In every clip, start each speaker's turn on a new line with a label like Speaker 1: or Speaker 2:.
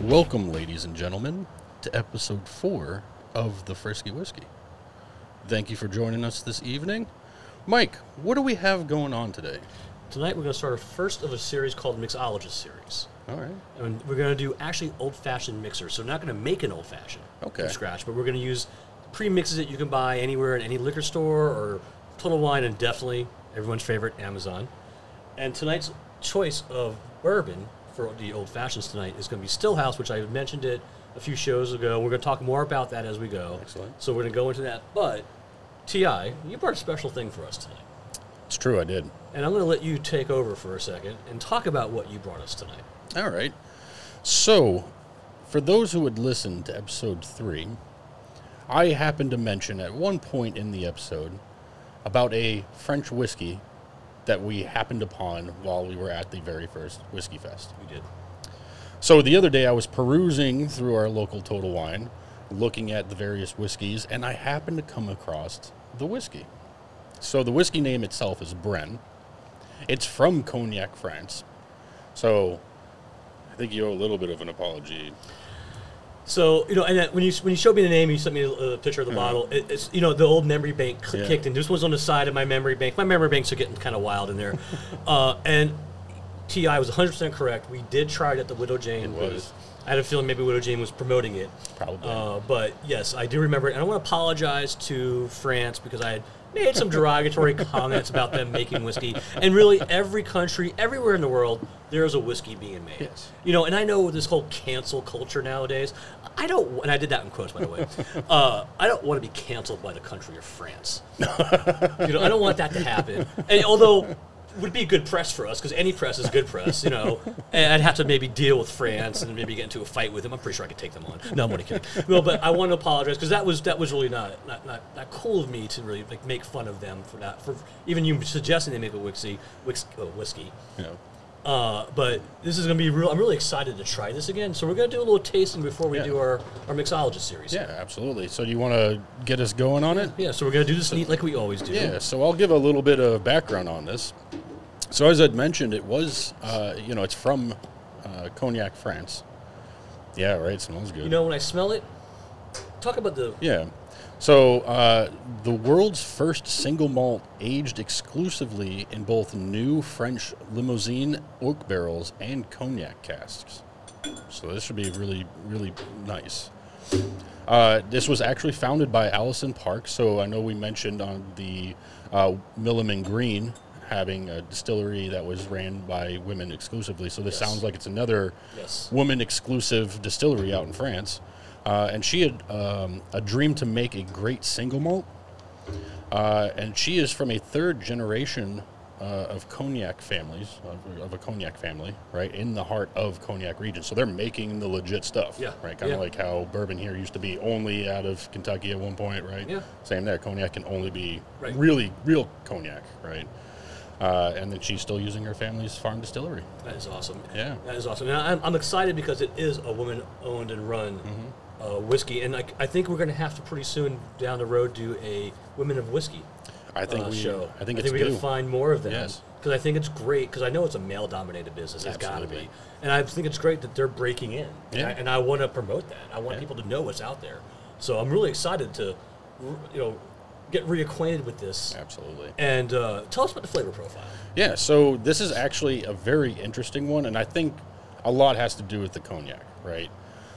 Speaker 1: Welcome, ladies and gentlemen, to episode four of the Frisky Whiskey. Thank you for joining us this evening. Mike, what do we have going on today?
Speaker 2: Tonight we're going to start our first of a series called Mixologist Series.
Speaker 1: All right.
Speaker 2: And we're going to do actually old-fashioned mixers. So we're not going to make an old-fashioned
Speaker 1: Okay.
Speaker 2: from scratch, but we're going to use pre-mixes that you can buy anywhere in any liquor store or Total Wine and definitely everyone's favorite Amazon. And tonight's choice of bourbon for the old-fashions tonight is going to be Stillhouse, which I mentioned it a few shows ago. We're going to talk more about that as we go.
Speaker 1: Excellent.
Speaker 2: So we're going to go into that. But Ti, you brought a special thing for us tonight.
Speaker 1: It's true, I did.
Speaker 2: And I'm going to let you take over for a second and talk about what you brought us tonight.
Speaker 1: All right. So, for those who would listen to episode three, I happened to mention at one point in the episode about a French whiskey that we happened upon while we were at the very first Whiskey Fest.
Speaker 2: You did.
Speaker 1: So the other day, I was perusing through our local Total Wine, looking at the various whiskeys, and I happened to come across the whiskey. So the whiskey name itself is Bren. It's from Cognac, France. So I think you owe a little bit of an apology.
Speaker 2: So you know, and that when you when you showed me the name, you sent me a, a picture of the bottle. It, it's you know the old memory bank cl-
Speaker 1: Mm-hmm. Yeah.
Speaker 2: kicked in. This was on the side of my memory bank. My memory banks are getting kind of wild in there. uh, and Ti was 100 percent correct. We did try it at the Widow Jane.
Speaker 1: It was.
Speaker 2: booth. I had a feeling maybe Widow Jane was promoting it.
Speaker 1: Probably.
Speaker 2: Uh, but yes, I do remember it, and I want to apologize to France because I had made some derogatory comments about them making whiskey. And really, every country, everywhere in the world, there is a whiskey being made.
Speaker 1: Yes.
Speaker 2: You know, and I know this whole cancel culture nowadays. I don't, and I did that in quotes, by the way. uh, I don't want to be canceled by the country of France. You know, I don't want that to happen. And although it would be good press for us because any press is good press, you know. And I'd have to maybe deal with France and maybe get into a fight with them. I'm pretty sure I could take them on. No, I'm only kidding. No, but I want to apologize because that was that was really not, not not not cool of me to really like make fun of them for that for even you suggesting they make a whiskey whis- uh, whiskey.
Speaker 1: You know.
Speaker 2: Uh, but this is gonna be real. I'm really excited to try this again. So we're gonna do a little tasting before we
Speaker 1: Yeah.
Speaker 2: do our our mixologist series.
Speaker 1: Yeah, absolutely. So do you want to get us going on it?
Speaker 2: Yeah. So we're gonna do this neat like we always do.
Speaker 1: Yeah, so I'll give a little bit of background on this. So, as I'd mentioned, it was, uh, you know, it's from uh, Cognac, France. Yeah, right. smells good.
Speaker 2: You know, when I smell it, talk about the
Speaker 1: Yeah. So uh, the world's first single malt aged exclusively in both new French limousine oak barrels and cognac casks. So this should be really, really nice. Uh, this was actually founded by Allison Park. So I know we mentioned on the uh, Milliman Green having a distillery that was ran by women exclusively. So this
Speaker 2: Yes.
Speaker 1: sounds like it's another
Speaker 2: Yes.
Speaker 1: woman exclusive distillery out in France. Uh, and she had um, a dream to make a great single malt. Uh, and she is from a third generation uh, of cognac families, of, of a cognac family, right, in the heart of cognac region. So they're making the legit stuff,
Speaker 2: Yeah,
Speaker 1: right? Kind of
Speaker 2: yeah.
Speaker 1: like how bourbon here used to be only out of Kentucky at one point, right?
Speaker 2: Yeah.
Speaker 1: Same there. Cognac can only be
Speaker 2: Right.
Speaker 1: really, real cognac, right? Uh, and then she's still using her family's farm distillery.
Speaker 2: That is awesome.
Speaker 1: Yeah.
Speaker 2: That is awesome. And I'm, I'm excited because it is a woman owned and run
Speaker 1: Mm-hmm.
Speaker 2: uh, whiskey. And I, I think we're going to have to pretty soon down the road do a Women of Whiskey
Speaker 1: I think
Speaker 2: uh,
Speaker 1: we,
Speaker 2: show.
Speaker 1: I think
Speaker 2: I
Speaker 1: it's
Speaker 2: think we're going
Speaker 1: due.
Speaker 2: to find more of them.
Speaker 1: Yes.
Speaker 2: Because I think it's great because I know it's a male dominated business. It's got to
Speaker 1: Absolutely.
Speaker 2: be. And I think it's great that they're breaking in. And
Speaker 1: Yeah.
Speaker 2: I, and I want to promote that. I want
Speaker 1: Yeah.
Speaker 2: people to know what's out there. So I'm really excited to, you know, get reacquainted with this.
Speaker 1: Absolutely.
Speaker 2: And uh, tell us about the flavor profile.
Speaker 1: Yeah, so this is actually a very interesting one, and I think a lot has to do with the cognac, right?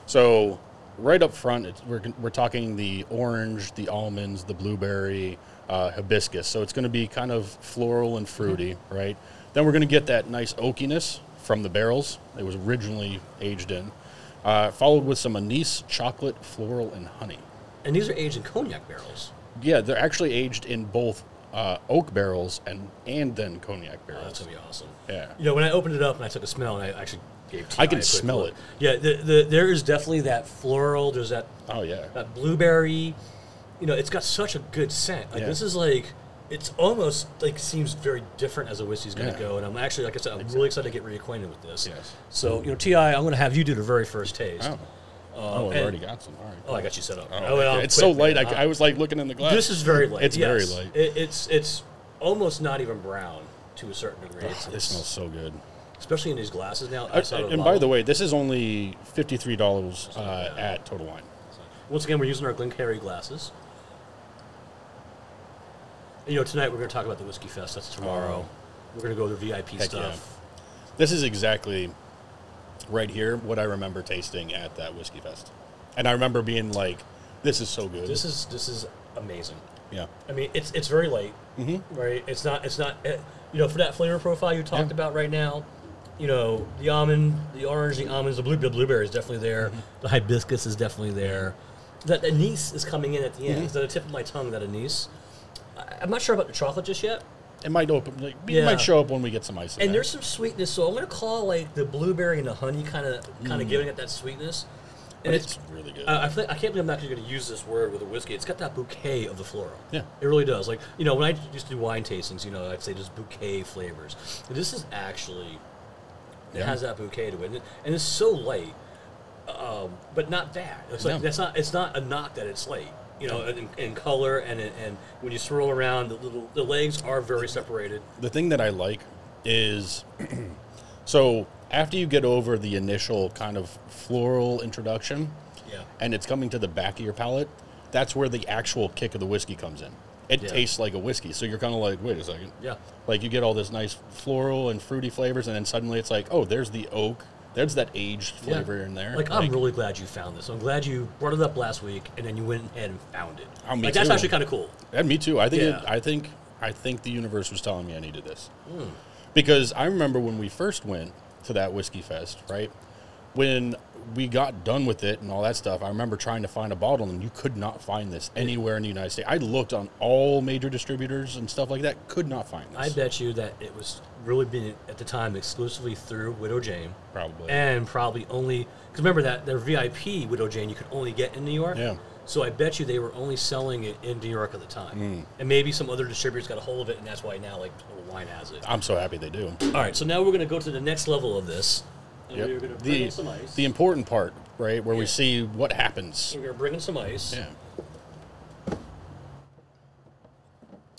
Speaker 1: So, right up front, it's, we're, we're talking the orange, the almonds, the blueberry, uh, hibiscus. So, it's going to be kind of floral and fruity, right? Then, we're going to get that nice oakiness from the barrels it was originally aged in, uh, followed with some anise, chocolate, floral, and honey.
Speaker 2: And these are aged in cognac barrels.
Speaker 1: Yeah, they're actually aged in both uh, oak barrels and, and then cognac
Speaker 2: Oh, that's
Speaker 1: barrels.
Speaker 2: gonna be awesome.
Speaker 1: Yeah.
Speaker 2: You know, when I opened it up and I took a smell and I actually gave. T.I.
Speaker 1: I can
Speaker 2: a quick
Speaker 1: smell
Speaker 2: look.
Speaker 1: it.
Speaker 2: Yeah, the, the, there is definitely that floral. There's that
Speaker 1: Oh, yeah.
Speaker 2: that blueberry. You know, it's got such a good scent. Like
Speaker 1: Yeah.
Speaker 2: this is like it's almost like seems very different as a whiskey's going to
Speaker 1: Yeah.
Speaker 2: go. And I'm actually, like I said, I'm really excited to get reacquainted with this.
Speaker 1: Yes.
Speaker 2: So you know, Ti, I'm going to have you do the very first taste.
Speaker 1: Oh,
Speaker 2: Uh,
Speaker 1: oh I've
Speaker 2: and-
Speaker 1: already got some. All right.
Speaker 2: Oh, I got you set up.
Speaker 1: Oh,
Speaker 2: Oh, well, I'm
Speaker 1: it's
Speaker 2: quick,
Speaker 1: so light.
Speaker 2: man.
Speaker 1: I, I was like looking in the glass.
Speaker 2: This is very light.
Speaker 1: It's very
Speaker 2: yes.
Speaker 1: light.
Speaker 2: It, it's it's almost not even brown to a certain degree. It's-
Speaker 1: It smells so good.
Speaker 2: especially in these glasses now.
Speaker 1: I- and by the way, this is only fifty-three dollars uh, at Total Wine.
Speaker 2: once again, we're using our Glencairn glasses. And, you know, tonight we're going to talk about the Whiskey Fest. That's tomorrow. We're going to go to the VIP
Speaker 1: Oh. Heck yeah.
Speaker 2: stuff.
Speaker 1: This is exactly right here what I remember tasting at that whiskey fest, and I remember being like, "This is so good."
Speaker 2: This is this is amazing.
Speaker 1: yeah,
Speaker 2: I mean, it's it's very light, mm-hmm. right? It's not it's not eh, you know for that flavor profile you talked about right now. You know, the almond, the orange, the almonds, the, blue, the blueberry is definitely there. The hibiscus is definitely there. That anise is coming in at the end. It's on the tip of my tongue. That anise. I, I'm not sure about the chocolate just yet.
Speaker 1: it might open. Like, It
Speaker 2: Yeah.
Speaker 1: might show up when we get some ice. in
Speaker 2: And
Speaker 1: there.
Speaker 2: there's some sweetness, so I'm gonna call like the blueberry and the honey kind of kind of giving it that sweetness.
Speaker 1: But
Speaker 2: And
Speaker 1: it's
Speaker 2: it's, uh,
Speaker 1: really good.
Speaker 2: I I, feel, I can't believe I'm not actually gonna use this word with a whiskey. It's got that bouquet of the floral.
Speaker 1: Yeah.
Speaker 2: it really does. Like you know, when I used to do wine tastings, you know, I'd say just bouquet flavors. And this is actually
Speaker 1: Yeah.
Speaker 2: it has that bouquet to it, and, it- and it's so light, um, but not bad. It's like
Speaker 1: No.
Speaker 2: that's not it's not a knock that it's light. You know, in, in color and in- and when you swirl around, the little the legs are very separated.
Speaker 1: the thing that I like is so after you get over the initial kind of floral introduction,
Speaker 2: Yeah.
Speaker 1: and it's coming to the back of your palate, that's where the actual kick of the whiskey comes in. It
Speaker 2: Yeah.
Speaker 1: tastes like a whiskey, so you're kind of like, wait a second.
Speaker 2: Yeah.
Speaker 1: Like you get all this nice floral and fruity flavors, and then suddenly it's like, oh, there's the oak, there's that aged
Speaker 2: Yeah.
Speaker 1: flavor in there.
Speaker 2: Like, I'm really glad you found this. I'm glad you brought it up last week, and then you went ahead and found it.
Speaker 1: Oh, me
Speaker 2: like, that's
Speaker 1: too.
Speaker 2: actually kind of cool.
Speaker 1: And me too. I think
Speaker 2: Yeah.
Speaker 1: it, I think I think the universe was telling me I needed this
Speaker 2: Hmm.
Speaker 1: because I remember when we first went to that whiskey fest, right? When we got done with it and all that stuff, I remember trying to find a bottle, and you could not find this anywhere in the United States. I looked on all major distributors and stuff like that, could not find this.
Speaker 2: I bet you that it was really being at the time exclusively through Widow Jane,
Speaker 1: Probably.
Speaker 2: and probably only because remember that their VIP Widow Jane you could only get in New York.
Speaker 1: Yeah.
Speaker 2: So I bet you they were only selling it in New York at the time,
Speaker 1: Mm.
Speaker 2: and maybe some other distributors got a hold of it, and that's why now like Total Wine has it.
Speaker 1: I'm so happy they do.
Speaker 2: All right, so now we're going to go to the next level of this. And
Speaker 1: Yep.
Speaker 2: We're going to bring in some
Speaker 1: The,
Speaker 2: ice.
Speaker 1: the important part, right, where we
Speaker 2: Yeah.
Speaker 1: see what happens.
Speaker 2: we're going to bring in some ice.
Speaker 1: Yeah.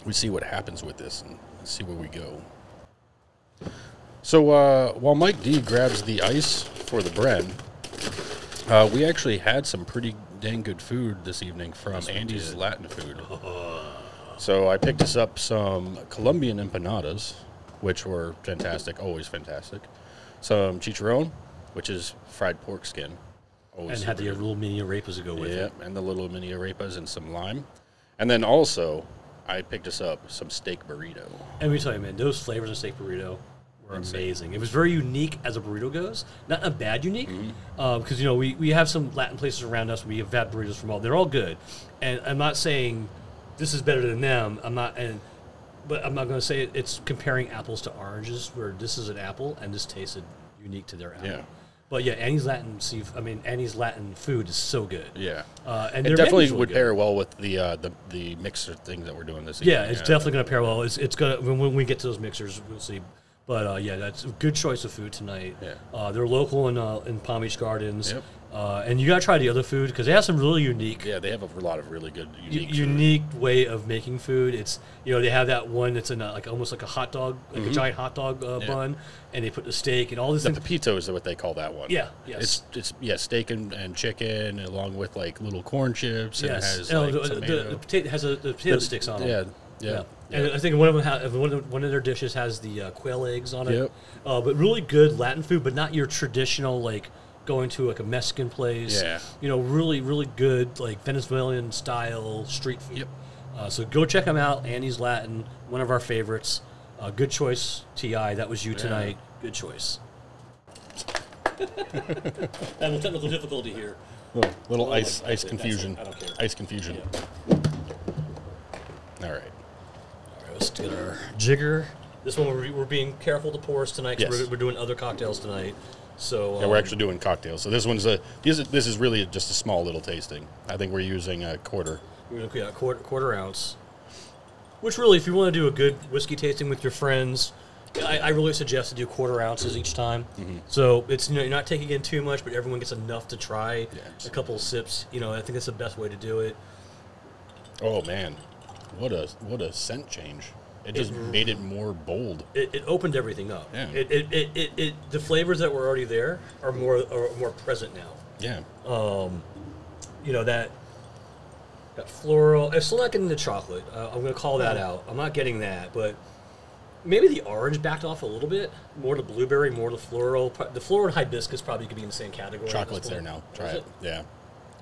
Speaker 1: We see what happens with this and see where we go. So uh, while Mike D grabs the ice for the bread, uh, we actually had some pretty dang good food this evening from Andy's Latin food. So I picked us up some Colombian empanadas, which were fantastic, always fantastic. Some chicharron, which is fried pork skin. Always
Speaker 2: and had
Speaker 1: super
Speaker 2: the
Speaker 1: good.
Speaker 2: little mini arepas to go with
Speaker 1: Yeah,
Speaker 2: it.
Speaker 1: and the little mini arepas and some lime. And then also, I picked us up some steak burrito.
Speaker 2: And we tell you, man, those flavors of steak burrito were amazing. It was very unique as a burrito goes. Not a bad unique, because
Speaker 1: Mm-hmm.
Speaker 2: you know we, we have some Latin places around us. We have had burritos from all. They're all good, and I'm not saying this is better than them. I'm not, and but I'm not going to say it, it's comparing apples to oranges. Where this is an apple, and this tasted unique to their apple.
Speaker 1: Yeah.
Speaker 2: But yeah, Annie's Latin sea, I mean Annie's Latin food is so good.
Speaker 1: Yeah,
Speaker 2: Uh, and
Speaker 1: it
Speaker 2: their
Speaker 1: definitely
Speaker 2: menus were
Speaker 1: would
Speaker 2: good.
Speaker 1: pair well with the uh, the the mixer thing that we're doing this evening.
Speaker 2: Yeah, it's definitely going to pair well. It's, it's going to when, when we get to those mixers, we'll see. But uh, yeah, that's a good choice of food tonight.
Speaker 1: Yeah.
Speaker 2: Uh, they're local in uh, in Palm Beach Gardens,
Speaker 1: Yep.
Speaker 2: uh, and you got to try the other food because they have some really unique.
Speaker 1: Yeah, they have a lot of really good unique.
Speaker 2: u- Unique way of making food. It's you know they have that one that's in a, like almost like a hot dog, like a giant hot dog uh, bun, and they put the steak and all this.
Speaker 1: food. Mm-hmm. The pepito is what they call that one.
Speaker 2: Yeah, yes.
Speaker 1: It's it's yeah, steak and, and chicken along with like little corn chips.
Speaker 2: yes,
Speaker 1: And it has
Speaker 2: Oh,
Speaker 1: like,
Speaker 2: the, the,
Speaker 1: tomato.
Speaker 2: the potato has a, the potato sticks on it.
Speaker 1: yeah, yeah,
Speaker 2: And I think one of them ha one, of the, one of their dishes has the uh, quail eggs on it.
Speaker 1: Yep.
Speaker 2: Uh, but really good Latin food, but not your traditional like going to like a Mexican place.
Speaker 1: Yeah.
Speaker 2: You know, really really good like Venezuelan style street food.
Speaker 1: Yep.
Speaker 2: Uh, so go check them out. Annie's Latin, one of our favorites. Uh, good choice, Ti. That was you tonight. Good choice. Having technical difficulty here.
Speaker 1: Little, little
Speaker 2: Well,
Speaker 1: ice
Speaker 2: like,
Speaker 1: ice
Speaker 2: that's it.
Speaker 1: confusion.
Speaker 2: I don't care.
Speaker 1: Ice confusion. All right.
Speaker 2: All right, let's get our jigger. This one we're, we're being careful to pour us tonight. 'cause
Speaker 1: Yes.
Speaker 2: We're, we're doing other cocktails tonight, so
Speaker 1: Yeah, we're
Speaker 2: um,
Speaker 1: actually doing cocktails. So this one's a this is, this is really just a small little tasting. I think we're using a quarter.
Speaker 2: we're going to get a quarter, quarter ounce. Which really, if you want to do a good whiskey tasting with your friends, I, I really suggest to do quarter ounces each time.
Speaker 1: Mm-hmm.
Speaker 2: So it's you know you're not taking in too much, but everyone gets enough to try
Speaker 1: Yes.
Speaker 2: a couple of sips. You know, I think that's the best way to do it.
Speaker 1: Oh man, what a what a scent change! It just made it more bold.
Speaker 2: It, it opened everything up.
Speaker 1: Yeah.
Speaker 2: It, it, it, it, it the flavors that were already there are more are more present now.
Speaker 1: Yeah.
Speaker 2: Oh, you know that that floral. I'm still not getting the chocolate. Uh, I'm going to call
Speaker 1: Hmm.
Speaker 2: that out. I'm not getting that, but maybe the orange backed off a little bit. More to blueberry, more to floral. Pro- The floral and hibiscus probably could be in the same category. at this
Speaker 1: Chocolate's there
Speaker 2: point.
Speaker 1: now.
Speaker 2: Is
Speaker 1: Try it. Yeah.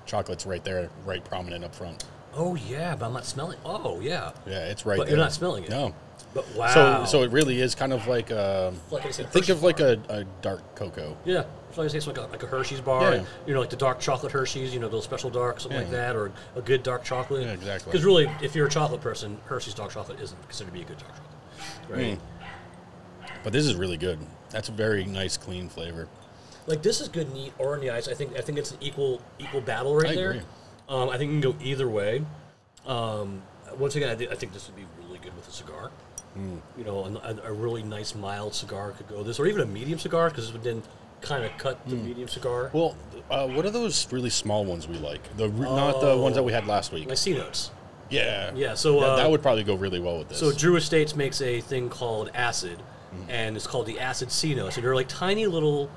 Speaker 1: Chocolate's right there, right prominent up front.
Speaker 2: Oh yeah, but I'm not smelling. Oh yeah,
Speaker 1: Yeah, it's right
Speaker 2: But
Speaker 1: there.
Speaker 2: you're not smelling it.
Speaker 1: No.
Speaker 2: but wow.
Speaker 1: So so it really is kind of like a,
Speaker 2: Like I said,
Speaker 1: think
Speaker 2: Hershey
Speaker 1: of like a, a dark cocoa.
Speaker 2: yeah. So I say it's like a, like a Hershey's bar,
Speaker 1: Yeah.
Speaker 2: you know, like the dark chocolate Hershey's, you know, those special dark, something like
Speaker 1: Yeah.
Speaker 2: that, or a good dark chocolate.
Speaker 1: Yeah, exactly.
Speaker 2: Because really, if you're a chocolate person, Hershey's dark chocolate isn't considered to be a good dark chocolate, right?
Speaker 1: Hmm. But this is really good. That's a very nice clean flavor.
Speaker 2: Like this is good and neat or on the ice. I think I think it's an equal equal battle right
Speaker 1: I
Speaker 2: there.
Speaker 1: agree.
Speaker 2: Um, I think you can go either way. Um, once again, I, thi- I think this would be really good with a cigar.
Speaker 1: Hmm.
Speaker 2: You know, an- a, a really nice mild cigar could go this, or even a medium cigar because this would then kind of cut the medium cigar.
Speaker 1: Hmm. Well, uh, what are those really small ones we like? The r- not the ones that we had last week.
Speaker 2: My C notes.
Speaker 1: Yeah.
Speaker 2: Yeah, so,
Speaker 1: That-
Speaker 2: uh,
Speaker 1: that would probably go really well with this. Mm-hmm.
Speaker 2: So Drew Estates makes a thing called acid, and it's called the acid Cinos, and they're like tiny little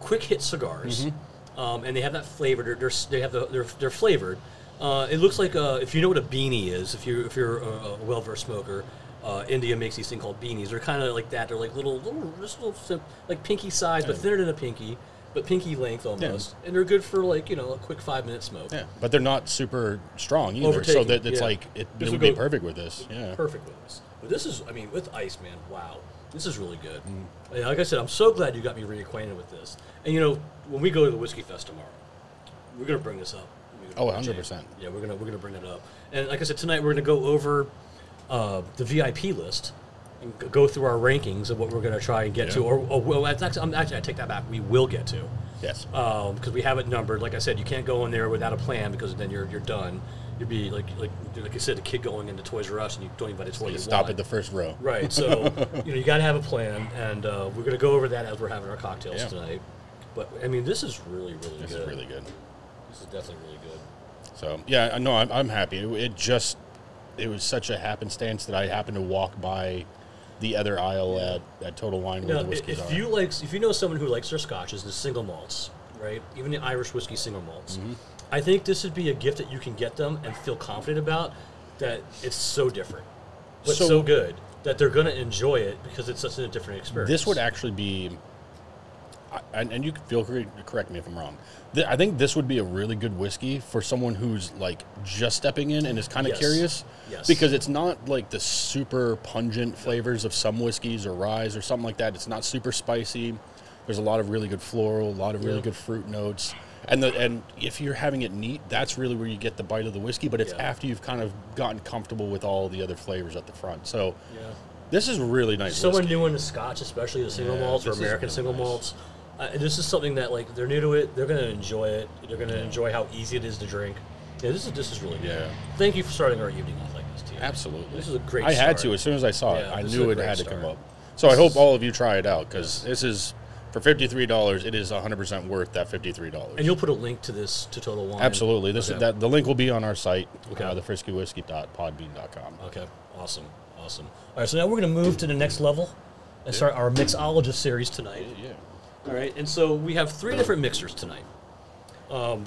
Speaker 2: quick hit cigars,
Speaker 1: Mm-hmm.
Speaker 2: um, and they have that flavor. They're, they're they have the they're, they're flavored. Uh, it looks like uh, if you know what a beanie is, if you if you're a, a well versed smoker. Uh, India makes these thing called beanies. They're kind of like that. They're like little, little, just little, sim- like pinky size, but thinner than a pinky, but pinky length almost. And they're good for like you know a quick five minute smoke.
Speaker 1: yeah, but they're not super strong either. So
Speaker 2: Overtaking,
Speaker 1: that it's
Speaker 2: yeah.
Speaker 1: like it,
Speaker 2: This
Speaker 1: it
Speaker 2: would
Speaker 1: would be
Speaker 2: go-
Speaker 1: perfect with this. Yeah.
Speaker 2: perfect with this. But this is, I mean, with Ice Man, wow, this is really good.
Speaker 1: Mm.
Speaker 2: And Like I said, I'm so glad you got me reacquainted with this. And you know, when we go to the Whiskey Fest tomorrow, we're gonna bring this up. We're gonna
Speaker 1: Oh,
Speaker 2: bring it
Speaker 1: 100%.
Speaker 2: up. Yeah, we're gonna we're gonna bring it up. And like I said, tonight we're gonna go over uh, the VIP list and g- go through our rankings of what we're gonna try and get to.
Speaker 1: Yeah.
Speaker 2: Or, or well, that's actually, I'm- actually, I take that back. We will get to
Speaker 1: Yes.
Speaker 2: because um, we have it numbered. Like I said, you can't go in there without a plan because then you're you're done. You'd be like like like I said, a kid going into Toys R Us and you don't even buy the toy you
Speaker 1: Stop
Speaker 2: want.
Speaker 1: at the first row.
Speaker 2: right. So you know you got to have a plan, and uh, we're gonna go over that as we're having our cocktails
Speaker 1: Yeah.
Speaker 2: tonight. But I mean, this is really really
Speaker 1: This
Speaker 2: good.
Speaker 1: is really good.
Speaker 2: This is definitely really good.
Speaker 1: So yeah, I- no, I'm I'm happy. It, it just it was such a happenstance that I happened to walk by the other aisle at, at Total Wine where
Speaker 2: Now,
Speaker 1: the
Speaker 2: i-
Speaker 1: whiskeys
Speaker 2: if
Speaker 1: are.
Speaker 2: you like, if you know someone who likes their scotches, the single malts, right? Even the Irish whiskey single malts,
Speaker 1: Mm-hmm.
Speaker 2: I think this would be a gift that you can get them and feel confident about. That it's so different, but so,
Speaker 1: So-
Speaker 2: good that they're going to enjoy it because it's such a different experience.
Speaker 1: this would actually be, I- and, and you can feel free to correct me if I'm wrong. Th- I think this would be a really good whiskey for someone who's like just stepping in and is kind of
Speaker 2: Yes.
Speaker 1: curious.
Speaker 2: Yes.
Speaker 1: Because it's not like the super pungent flavors of some whiskeys or ryes or something like that. It's not super spicy. There's a lot of really good floral, a lot of really
Speaker 2: Yeah.
Speaker 1: good fruit notes. And the and if you're having it neat, that's really where you get the bite of the whiskey, but it's
Speaker 2: Yeah.
Speaker 1: after you've kind of gotten comfortable with all the other flavors at the front. So
Speaker 2: Yeah.
Speaker 1: this is really nice.
Speaker 2: someone
Speaker 1: whiskey.
Speaker 2: new into Scotch, especially the single
Speaker 1: Yeah,
Speaker 2: malts or
Speaker 1: this is
Speaker 2: American
Speaker 1: really
Speaker 2: single
Speaker 1: nice.
Speaker 2: malts. Uh, this is something that like they're new to it. They're going to enjoy it. They're going to enjoy how easy it is to drink. Yeah, this is this is really good.
Speaker 1: Yeah.
Speaker 2: Thank you for starting our evening off like this, too.
Speaker 1: Absolutely.
Speaker 2: This is a great
Speaker 1: I had
Speaker 2: start.
Speaker 1: to as soon as I saw it.
Speaker 2: Yeah,
Speaker 1: I
Speaker 2: this is a
Speaker 1: knew it
Speaker 2: great
Speaker 1: had to
Speaker 2: start.
Speaker 1: come up. So I hope all of you try it out because this is for fifty three dollars. It is one hundred percent worth that fifty three dollars.
Speaker 2: And you'll put a link to this to Total Wine.
Speaker 1: Absolutely. This
Speaker 2: Okay.
Speaker 1: that the link will be on our site,
Speaker 2: Okay. Uh,
Speaker 1: uh, thefriskywhiskey.podbean.com.
Speaker 2: Okay, awesome, awesome. All right, so now we're going to move to the next level and start our mixologist series tonight.
Speaker 1: Yeah.
Speaker 2: All right, and so we have three different mixers tonight. Um,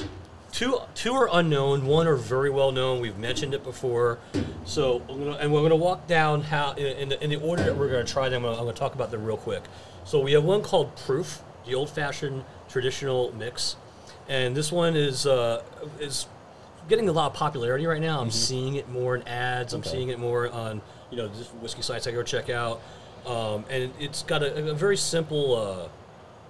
Speaker 2: two two are unknown, one are very well known. We've mentioned it before. So I'm gonna, and we're going to walk down how in, in, the, in the order that we're going to try them. I'm going to talk about them real quick. So we have one called Proof, the old-fashioned traditional mix, and this one is uh, is getting a lot of popularity right now. I'm seeing it more in ads. I'm
Speaker 1: Okay.
Speaker 2: seeing it more on you know just whiskey sites I go check out, um, and it's got a, a very simple. Uh,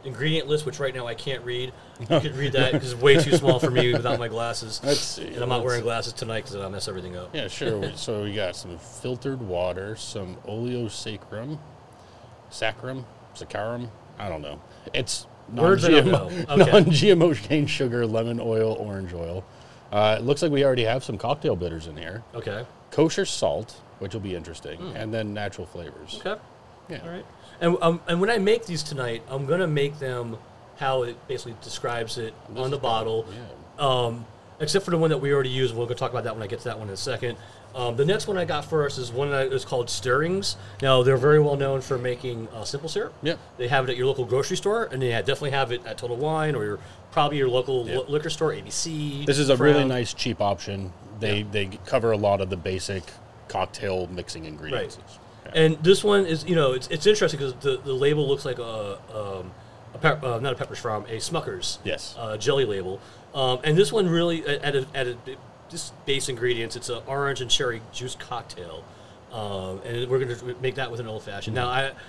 Speaker 2: ingredient list, which right now I can't read. You could read that because it's way too small for me without my glasses.
Speaker 1: Let's see.
Speaker 2: And I'm not
Speaker 1: Let's
Speaker 2: wearing
Speaker 1: see.
Speaker 2: glasses tonight because I'll mess everything up.
Speaker 1: Yeah, sure. so we got some filtered water, some oleosacrum, sacrum, saccharum. I don't know. It's
Speaker 2: Words I don't
Speaker 1: non-GMO,
Speaker 2: know. Okay.
Speaker 1: non-GMO cane sugar, lemon oil, orange oil. Uh, it looks like we already have some cocktail bitters in here.
Speaker 2: Okay.
Speaker 1: kosher salt, which will be interesting, and then natural flavors.
Speaker 2: Okay.
Speaker 1: Yeah.
Speaker 2: Hmm. All right. And um, and when I make these tonight, I'm gonna make them how it basically describes it on the bottle.
Speaker 1: Yeah.
Speaker 2: Um, except for the one that we already used. We're gonna talk about that when I get to that one in a second. Um, the next one I got first is one that is called Stirrings. Now they're very well known for making uh, simple syrup.
Speaker 1: Yeah.
Speaker 2: they have it at your local grocery store, and they definitely have it at Total Wine or your probably your local li- liquor store, ABC.
Speaker 1: This is a really
Speaker 2: Crown.
Speaker 1: nice, cheap option. They they cover a lot of the basic cocktail mixing ingredients.
Speaker 2: And this one is, you know, it's, it's interesting because the, the label looks like a, um, a pep, uh, not a Pepperidge Farm, a Smucker's
Speaker 1: Yes.
Speaker 2: uh, jelly label. Um, and this one really, at at a, at a, just base ingredients, it's an orange and cherry juice cocktail. Um, and we're going to make that with an old fashioned. Now,
Speaker 1: Mm-hmm.
Speaker 2: I,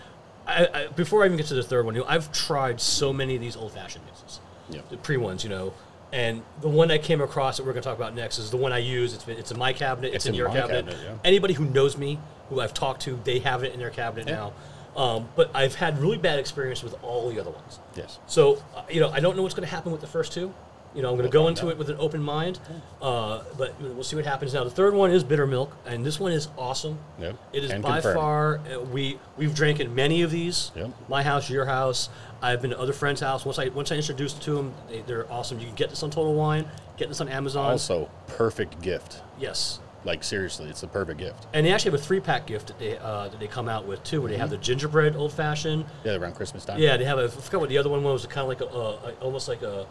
Speaker 2: I, I, before I even get to the third one, you know, I've tried so many of these old fashioned mixes
Speaker 1: Yeah.
Speaker 2: the pre ones, you know. And the one I came across that we're going to talk about next is the one I use. It's, been- it's in my cabinet. It's,
Speaker 1: It's
Speaker 2: in,
Speaker 1: in
Speaker 2: your
Speaker 1: my
Speaker 2: cabinet.
Speaker 1: cabinet, yeah.
Speaker 2: Anybody who knows me, who I've talked to, they have it in their cabinet now. Um, but I've had really bad experience with all the other ones.
Speaker 1: Yes.
Speaker 2: So, uh, you know, I don't know what's going to happen with the first two. You know, I'm going to go
Speaker 1: find
Speaker 2: into
Speaker 1: out.
Speaker 2: it with an open mind, uh, but we'll see what happens. Now, the third one is bitter milk, and this one is awesome.
Speaker 1: Yep.
Speaker 2: It is
Speaker 1: And
Speaker 2: by
Speaker 1: confirmed.
Speaker 2: far uh, we we've drank in many of these.
Speaker 1: Yep.
Speaker 2: My house, your house. I've been to other friends' house. Once I once I introduced it to them, they, they're awesome. You can get this on Total Wine, get this on Amazon.
Speaker 1: Also, perfect gift.
Speaker 2: Yes,
Speaker 1: Like seriously, it's the perfect gift.
Speaker 2: and they actually have a three pack gift that they uh, that they come out with too, where they
Speaker 1: Mm-hmm.
Speaker 2: have the gingerbread old fashioned.
Speaker 1: Yeah, around Christmas time.
Speaker 2: Yeah, they have a. I forgot what the other one was. Kind of like a, uh, a- almost like a,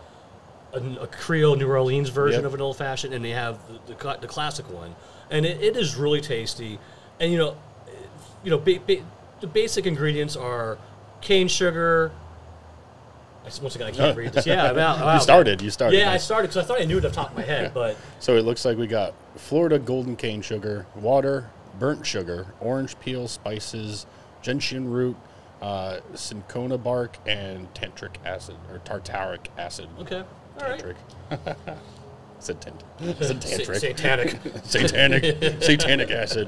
Speaker 2: a, a Creole New Orleans version
Speaker 1: Yep.
Speaker 2: of an old fashioned, and they have the, the, cla- the classic one, and it, it is really tasty. And you know, eh, you know, ba- ba- the basic ingredients are cane sugar. I s- once again I can't read this. Yeah, I'm out, I'm out.
Speaker 1: You started. You started.
Speaker 2: Yeah, I
Speaker 1: That's-
Speaker 2: started because I thought I knew it off the top of my head, but
Speaker 1: So it looks like we got Florida golden cane sugar, water, burnt sugar, orange peel, spices, gentian root, uh, cinchona bark, and tantric acid or tartaric acid.
Speaker 2: okay, all right.
Speaker 1: Tantric. said tent. Said
Speaker 2: Sa-
Speaker 1: tantric.
Speaker 2: Satanic.
Speaker 1: satanic. satanic acid.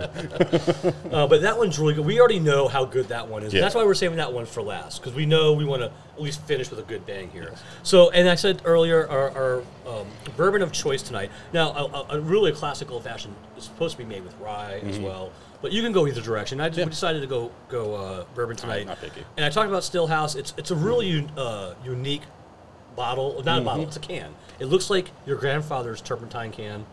Speaker 2: Uh, but that one's really good. We already know how good that one is.
Speaker 1: Yeah.
Speaker 2: That's why we're saving that one for last because we know we want to at least finish with a good bang here. So, and I said earlier, our, our um, bourbon of choice tonight. Now, a, a- a really a classic old fashioned is supposed to be made with rye as
Speaker 1: Mm-hmm.
Speaker 2: well, but you can go either direction. I just, we decided to go go uh, bourbon tonight.
Speaker 1: not picky.
Speaker 2: And I talked about Stillhouse. It's it's a really u- uh, unique bottle, not a
Speaker 1: Mm-hmm.
Speaker 2: bottle, it's a can. It looks like your grandfather's turpentine can.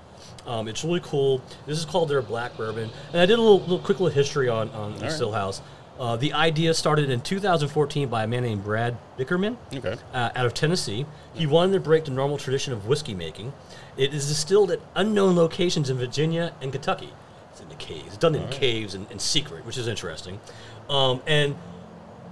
Speaker 2: Um, it's really cool. This is called their black bourbon, and I did a little, little quick little history on on
Speaker 1: right.
Speaker 2: Stillhouse. Uh, the idea started in 2014 by a man named Brad Bickerman
Speaker 1: Okay.
Speaker 2: uh, out of Tennessee. He wanted to break the normal tradition of whiskey making. It is distilled at unknown locations in Virginia and Kentucky. It's in the caves. It's done in caves and, and secret, which is interesting. Um, and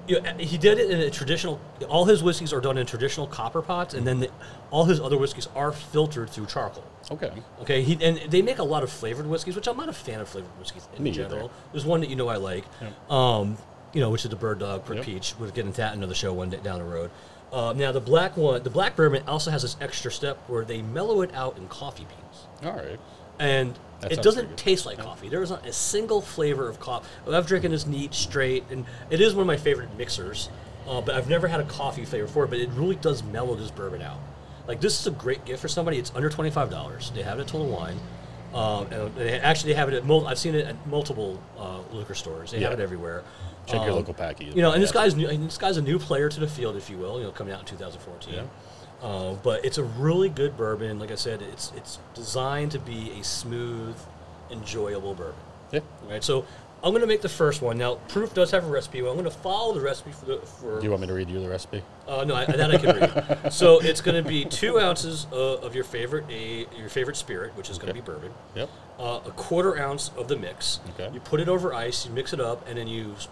Speaker 2: you know, he did it in a traditional. All his whiskeys are done in traditional copper pots, and then the, all his other whiskeys are filtered through charcoal.
Speaker 1: Okay.
Speaker 2: Okay, he, and they make a lot of flavored whiskeys, which I'm not a fan of flavored whiskeys in
Speaker 1: Me either.
Speaker 2: general. There's one that you know I like, um, you know, which is the Bird Dog for
Speaker 1: Yep.
Speaker 2: Peach. We'll get into that in another show one day down the road. Uh, now the black one, the black bourbon also has this extra step where they mellow it out in coffee beans,
Speaker 1: All right.
Speaker 2: and
Speaker 1: That
Speaker 2: it
Speaker 1: sounds pretty
Speaker 2: doesn't
Speaker 1: good.
Speaker 2: taste like coffee. There is not a single flavor of coffee. I've drinking this neat, straight, and it is one of my favorite mixers. Uh, but I've never had a coffee flavor for it. But it really does mellow this bourbon out. Like this is a great gift for somebody. It's under twenty five dollars. They have it at Total Wine. Um, and they actually have it at. Mul- I've seen it at multiple uh, liquor stores. They have
Speaker 1: Yeah.
Speaker 2: it everywhere.
Speaker 1: Check your
Speaker 2: Um,
Speaker 1: local packy.
Speaker 2: you know, and this guy's new, and this guy's a new player to the field, if you will. You know, coming out in 2014. Uh, but it's a really good bourbon. Like I said, it's it's designed to be a smooth, enjoyable bourbon.
Speaker 1: Yeah.
Speaker 2: All right, so I'm going to make the first one now. Proof does have a recipe. Well, I'm going to follow the recipe for the for.
Speaker 1: Do you want me to read you the recipe?
Speaker 2: Uh, no, I, that I can read. so it's going to be two ounces of, of your favorite a your favorite spirit, which is going to be bourbon.
Speaker 1: Yep.
Speaker 2: Uh, a quarter ounce of the mix.
Speaker 1: Okay.
Speaker 2: You put it over ice. You mix it up, and then you s-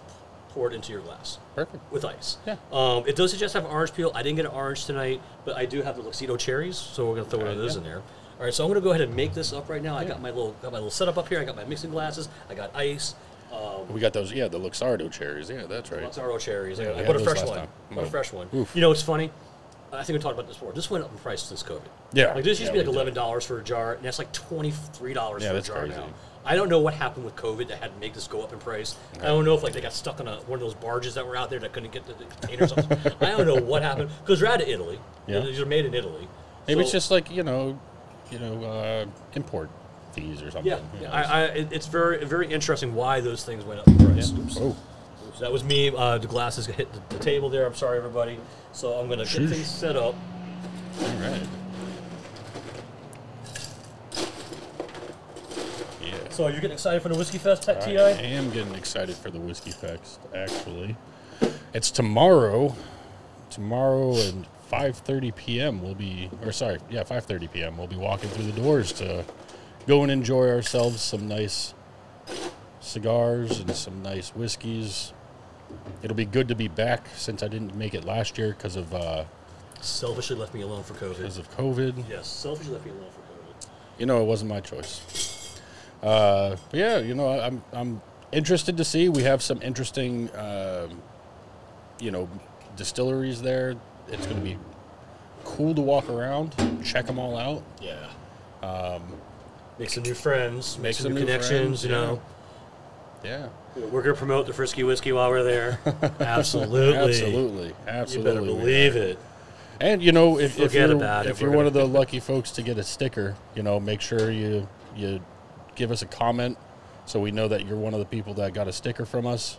Speaker 2: pour it into your glass
Speaker 1: Perfect.
Speaker 2: with ice.
Speaker 1: Yeah.
Speaker 2: Um, it does suggest have orange peel. I didn't get an orange tonight, but I do have the Luxedo cherries, so we're gonna throw one of
Speaker 1: Alright,
Speaker 2: those
Speaker 1: yeah.
Speaker 2: in there. All right, so I'm gonna go ahead and make this up right now. I
Speaker 1: Yeah.
Speaker 2: got my little got my little setup up here. I got my mixing glasses. I got ice, um,
Speaker 1: We got those. Yeah, the Luxardo cherries. Yeah, that's right.
Speaker 2: Mozzarella cherries. I got,
Speaker 1: we
Speaker 2: I
Speaker 1: had
Speaker 2: got a
Speaker 1: those
Speaker 2: fresh
Speaker 1: last
Speaker 2: one.
Speaker 1: time.
Speaker 2: I got a
Speaker 1: Oh.
Speaker 2: fresh one.
Speaker 1: Oof.
Speaker 2: You know what's funny? I think we talked about this before. This went up in price since COVID.
Speaker 1: Yeah.
Speaker 2: Like this used to
Speaker 1: Yeah,
Speaker 2: be like
Speaker 1: we did.
Speaker 2: eleven dollars for a jar, and that's like twenty three dollars
Speaker 1: Yeah,
Speaker 2: for a
Speaker 1: that's
Speaker 2: jar
Speaker 1: crazy.
Speaker 2: now. I don't know what happened with COVID that had to make this go up in price. I don't know if like they got stuck on a, one of those barges that were out there that couldn't get to the containers. I don't know what happened because they're out of Italy.
Speaker 1: Yeah.
Speaker 2: These are made in Italy.
Speaker 1: Maybe it's
Speaker 2: So-
Speaker 1: just like you know, you know, uh, import fees or something.
Speaker 2: yeah.
Speaker 1: you know,
Speaker 2: I,
Speaker 1: it's-
Speaker 2: I, it- it's very very interesting why those things went up in price. Oops.
Speaker 1: Oh,
Speaker 2: So that was me. Uh, the glasses hit the, the table there. I'm sorry, everybody. So I'm gonna get
Speaker 1: Sheesh.
Speaker 2: things set up.
Speaker 1: all right. Yeah.
Speaker 2: So you're getting excited for the Whiskey Fest at
Speaker 1: I
Speaker 2: TI?
Speaker 1: am getting excited for the Whiskey Fest, actually. It's tomorrow. Tomorrow at 5.30 p.m. we'll be, or sorry, yeah, 5.30 p.m. We'll be walking through the doors to go and enjoy ourselves some nice cigars and some nice whiskeys. It'll be good to be back since I didn't make it last year because of, uh,
Speaker 2: Selfishly left me alone for COVID.
Speaker 1: because of COVID.
Speaker 2: Yes, selfishly left me alone for COVID.
Speaker 1: you know, it wasn't my choice. Uh, but yeah, you know, I'm I'm interested to see. We have some interesting, um, you know, distilleries there. It's going to be cool to walk around, check them all out.
Speaker 2: Yeah. Um, make some new friends, make, some, new
Speaker 1: friends,
Speaker 2: connections, you
Speaker 1: yeah.
Speaker 2: know.
Speaker 1: Yeah,
Speaker 2: We're going to promote the Frisky Whiskey while we're there. Absolutely.
Speaker 1: absolutely,
Speaker 2: You
Speaker 1: absolutely.
Speaker 2: better
Speaker 1: we
Speaker 2: believe it.
Speaker 1: And you know, if, if
Speaker 2: Forget
Speaker 1: you're,
Speaker 2: about it.
Speaker 1: if you're
Speaker 2: We're
Speaker 1: one of the lucky folks to get a sticker, you know, make sure you you give us a comment so we know that you're one of the people that got a sticker from us.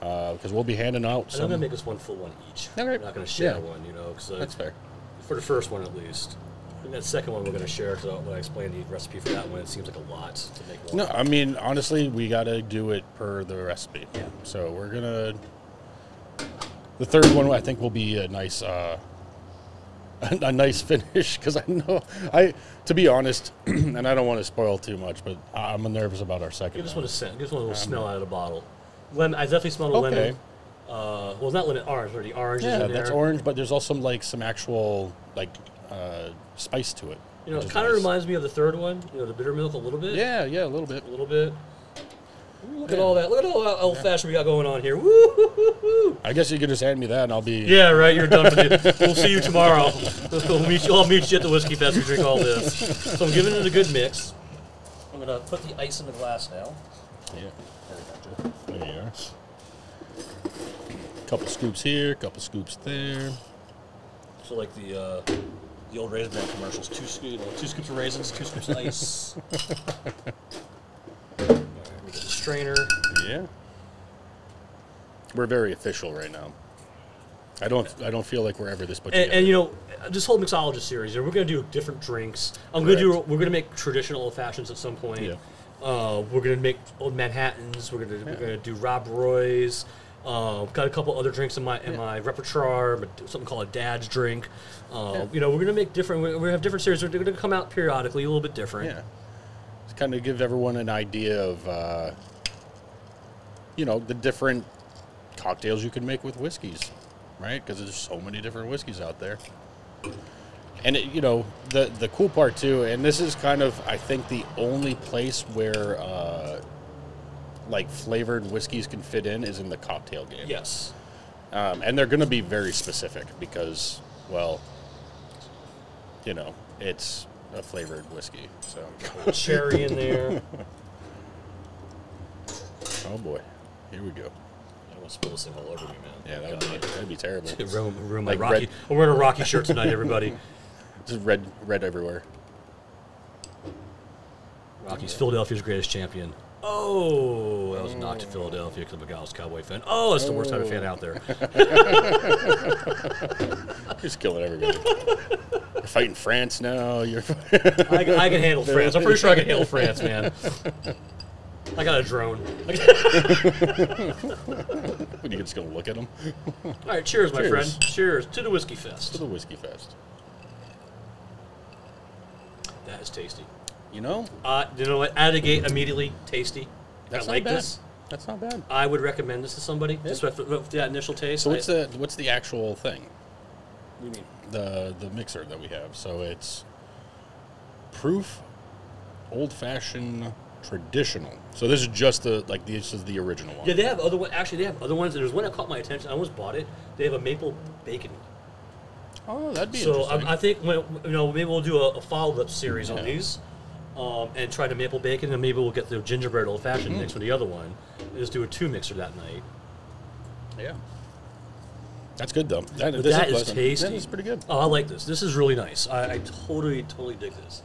Speaker 1: Because we'll be handing out
Speaker 2: And I'm
Speaker 1: some.
Speaker 2: going to make us one full one each.
Speaker 1: Okay.
Speaker 2: We're not going to share
Speaker 1: Yeah.
Speaker 2: one, you know, uh, because
Speaker 1: That's fair.
Speaker 2: for the first one at least. And that second one we're going to share because when I explained the recipe for that one, it seems like a lot to make one.
Speaker 1: No, I mean honestly, we got to do it per the recipe. So we're gonna. The third one, I think, will be a nice, uh, a, nice finish because I know I, to be honest, and I don't want to spoil too much, but I'm nervous about our second.
Speaker 2: Give us
Speaker 1: one.
Speaker 2: one a scent. Give us one a little smell out of the bottle. Lemon. I definitely smelled a
Speaker 1: Um, Okay.
Speaker 2: lemon. Uh, well, not lemon, orange. Already orange is
Speaker 1: Yeah,
Speaker 2: in there.
Speaker 1: that's orange, but there's also like some actual like uh, spice to it.
Speaker 2: You know,
Speaker 1: which
Speaker 2: it
Speaker 1: is
Speaker 2: kind of
Speaker 1: nice.
Speaker 2: reminds me of the third one. You know, the bitter milk a little bit.
Speaker 1: Yeah, yeah, a little bit.
Speaker 2: A little bit. Ooh, Look at
Speaker 1: Yeah.
Speaker 2: all that. Look at all that old fashioned we got going on here. Woo!
Speaker 1: I guess you could just hand me that, and I'll be.
Speaker 2: Yeah, right. You're done for the We'll see you tomorrow. We'll meet you. I'll meet you at the whiskey fest. We drink all this. So I'm giving it a good mix. I'm gonna put the ice in the glass now.
Speaker 1: Yeah. There you are. Couple scoops here, couple scoops there.
Speaker 2: So like the uh, the old raisin bran commercials, two scoops, two scoops of raisins, two scoops of ice. All right, let me get the strainer.
Speaker 1: Yeah. We're very official right now. I don't I don't feel like we're ever this put
Speaker 2: And,
Speaker 1: together.
Speaker 2: and you know, this whole mixologist series, you know, we're gonna do different drinks. I'm gonna do.
Speaker 1: Correct.
Speaker 2: We're gonna make traditional old fashions at some point.
Speaker 1: Yeah.
Speaker 2: Uh, we're gonna make old Manhattans. We're gonna we're gonna do Rob Roy's. Uh, got a couple other drinks in my in my repertoire, but something called a dad's drink. Uh, You know, we're gonna make different. We're gonna have different series. They're gonna come out periodically, a little bit different.
Speaker 1: yeah. Just kind of give everyone an idea of uh, you know, the different cocktails you can make with whiskeys, right? Cuz there's so many different whiskeys out there. And it, you know, the the cool part too, and this is kind of I think the only place where uh, like flavored whiskeys can fit in is in the cocktail game.
Speaker 2: Yes.
Speaker 1: Um, and they're going to be very specific because, well, you know, it's a flavored whiskey. So,
Speaker 2: cherry in there.
Speaker 1: oh boy, here we go.
Speaker 2: I want to spill this thing all over me,
Speaker 1: Yeah,
Speaker 2: man.
Speaker 1: that would be, that'd be terrible.
Speaker 2: Room, room
Speaker 1: Like
Speaker 2: like Rocky.
Speaker 1: red-
Speaker 2: We're wearing a Rocky shirt tonight, everybody.
Speaker 1: Just red, red everywhere.
Speaker 2: Rocky's Philadelphia's greatest champion. Oh, that was not to Philadelphia because I'm a Dallas Cowboy fan. Oh, that's the worst type of fan out there.
Speaker 1: Just killing everybody. You're fighting France now. You're
Speaker 2: I, I can handle France. I'm pretty sure I can handle France, man. I got a drone.
Speaker 1: what, you just gonna look at them.
Speaker 2: All right, cheers, my
Speaker 1: Cheers.
Speaker 2: friend. Cheers to the Whiskey
Speaker 1: To
Speaker 2: Fest.
Speaker 1: the whiskey fest.
Speaker 2: That is tasty.
Speaker 1: You know,
Speaker 2: Uh, you know what? Out of the gate, immediately tasty.
Speaker 1: that's
Speaker 2: I
Speaker 1: not
Speaker 2: like
Speaker 1: bad.
Speaker 2: this.
Speaker 1: That's not bad.
Speaker 2: I would recommend this to somebody just for, for that initial taste.
Speaker 1: So what's
Speaker 2: I,
Speaker 1: the what's the actual thing?
Speaker 2: what do you mean?
Speaker 1: the the mixer that we have. So it's proof, old fashioned, traditional. So this is just the like this is the original one.
Speaker 2: Yeah, they have other one. Actually, they have other ones. There's one that caught my attention. I almost bought it. They have a maple bacon.
Speaker 1: Oh, that'd be
Speaker 2: So um,
Speaker 1: interesting.
Speaker 2: I, I think when, you know maybe we'll do a, a follow up series
Speaker 1: Yeah.
Speaker 2: on these, um, and try the maple bacon, and maybe we'll get the gingerbread old fashioned
Speaker 1: Mm-hmm.
Speaker 2: mix with the other one. And just do a two mixer that night.
Speaker 1: yeah, that's good though. That,
Speaker 2: But
Speaker 1: this
Speaker 2: that is
Speaker 1: pleasant.
Speaker 2: tasty.
Speaker 1: That is pretty good.
Speaker 2: Oh, I like this. This is really nice. I, I totally totally dig this.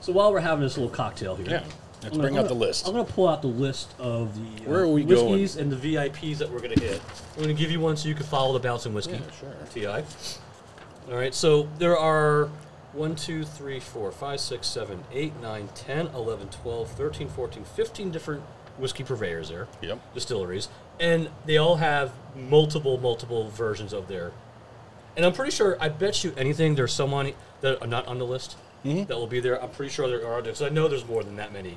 Speaker 2: So while we're having this little cocktail here,
Speaker 1: Yeah. Let's
Speaker 2: I'm gonna-
Speaker 1: bring
Speaker 2: I'm
Speaker 1: out the
Speaker 2: gonna-
Speaker 1: list.
Speaker 2: I'm going to pull out the list of the uh,
Speaker 1: Where are we
Speaker 2: whiskeys and the VIPs that we're going to hit. I'm going to give you one so you can follow the bouncing whiskey.
Speaker 1: Yeah, sure.
Speaker 2: Ti. All right, so there are 1, 2, 3, 4, 5, 6, 7, 8, 9, 10, 11, 12, 13, 14, 15 different whiskey purveyors there.
Speaker 1: Yep.
Speaker 2: Distilleries. And they all have multiple, multiple versions of their. And I'm pretty sure, I bet you anything, there's someone that I'm not on the list
Speaker 1: Mm-hmm.
Speaker 2: that will be there. I'm pretty sure there are, because I know there's more than that many.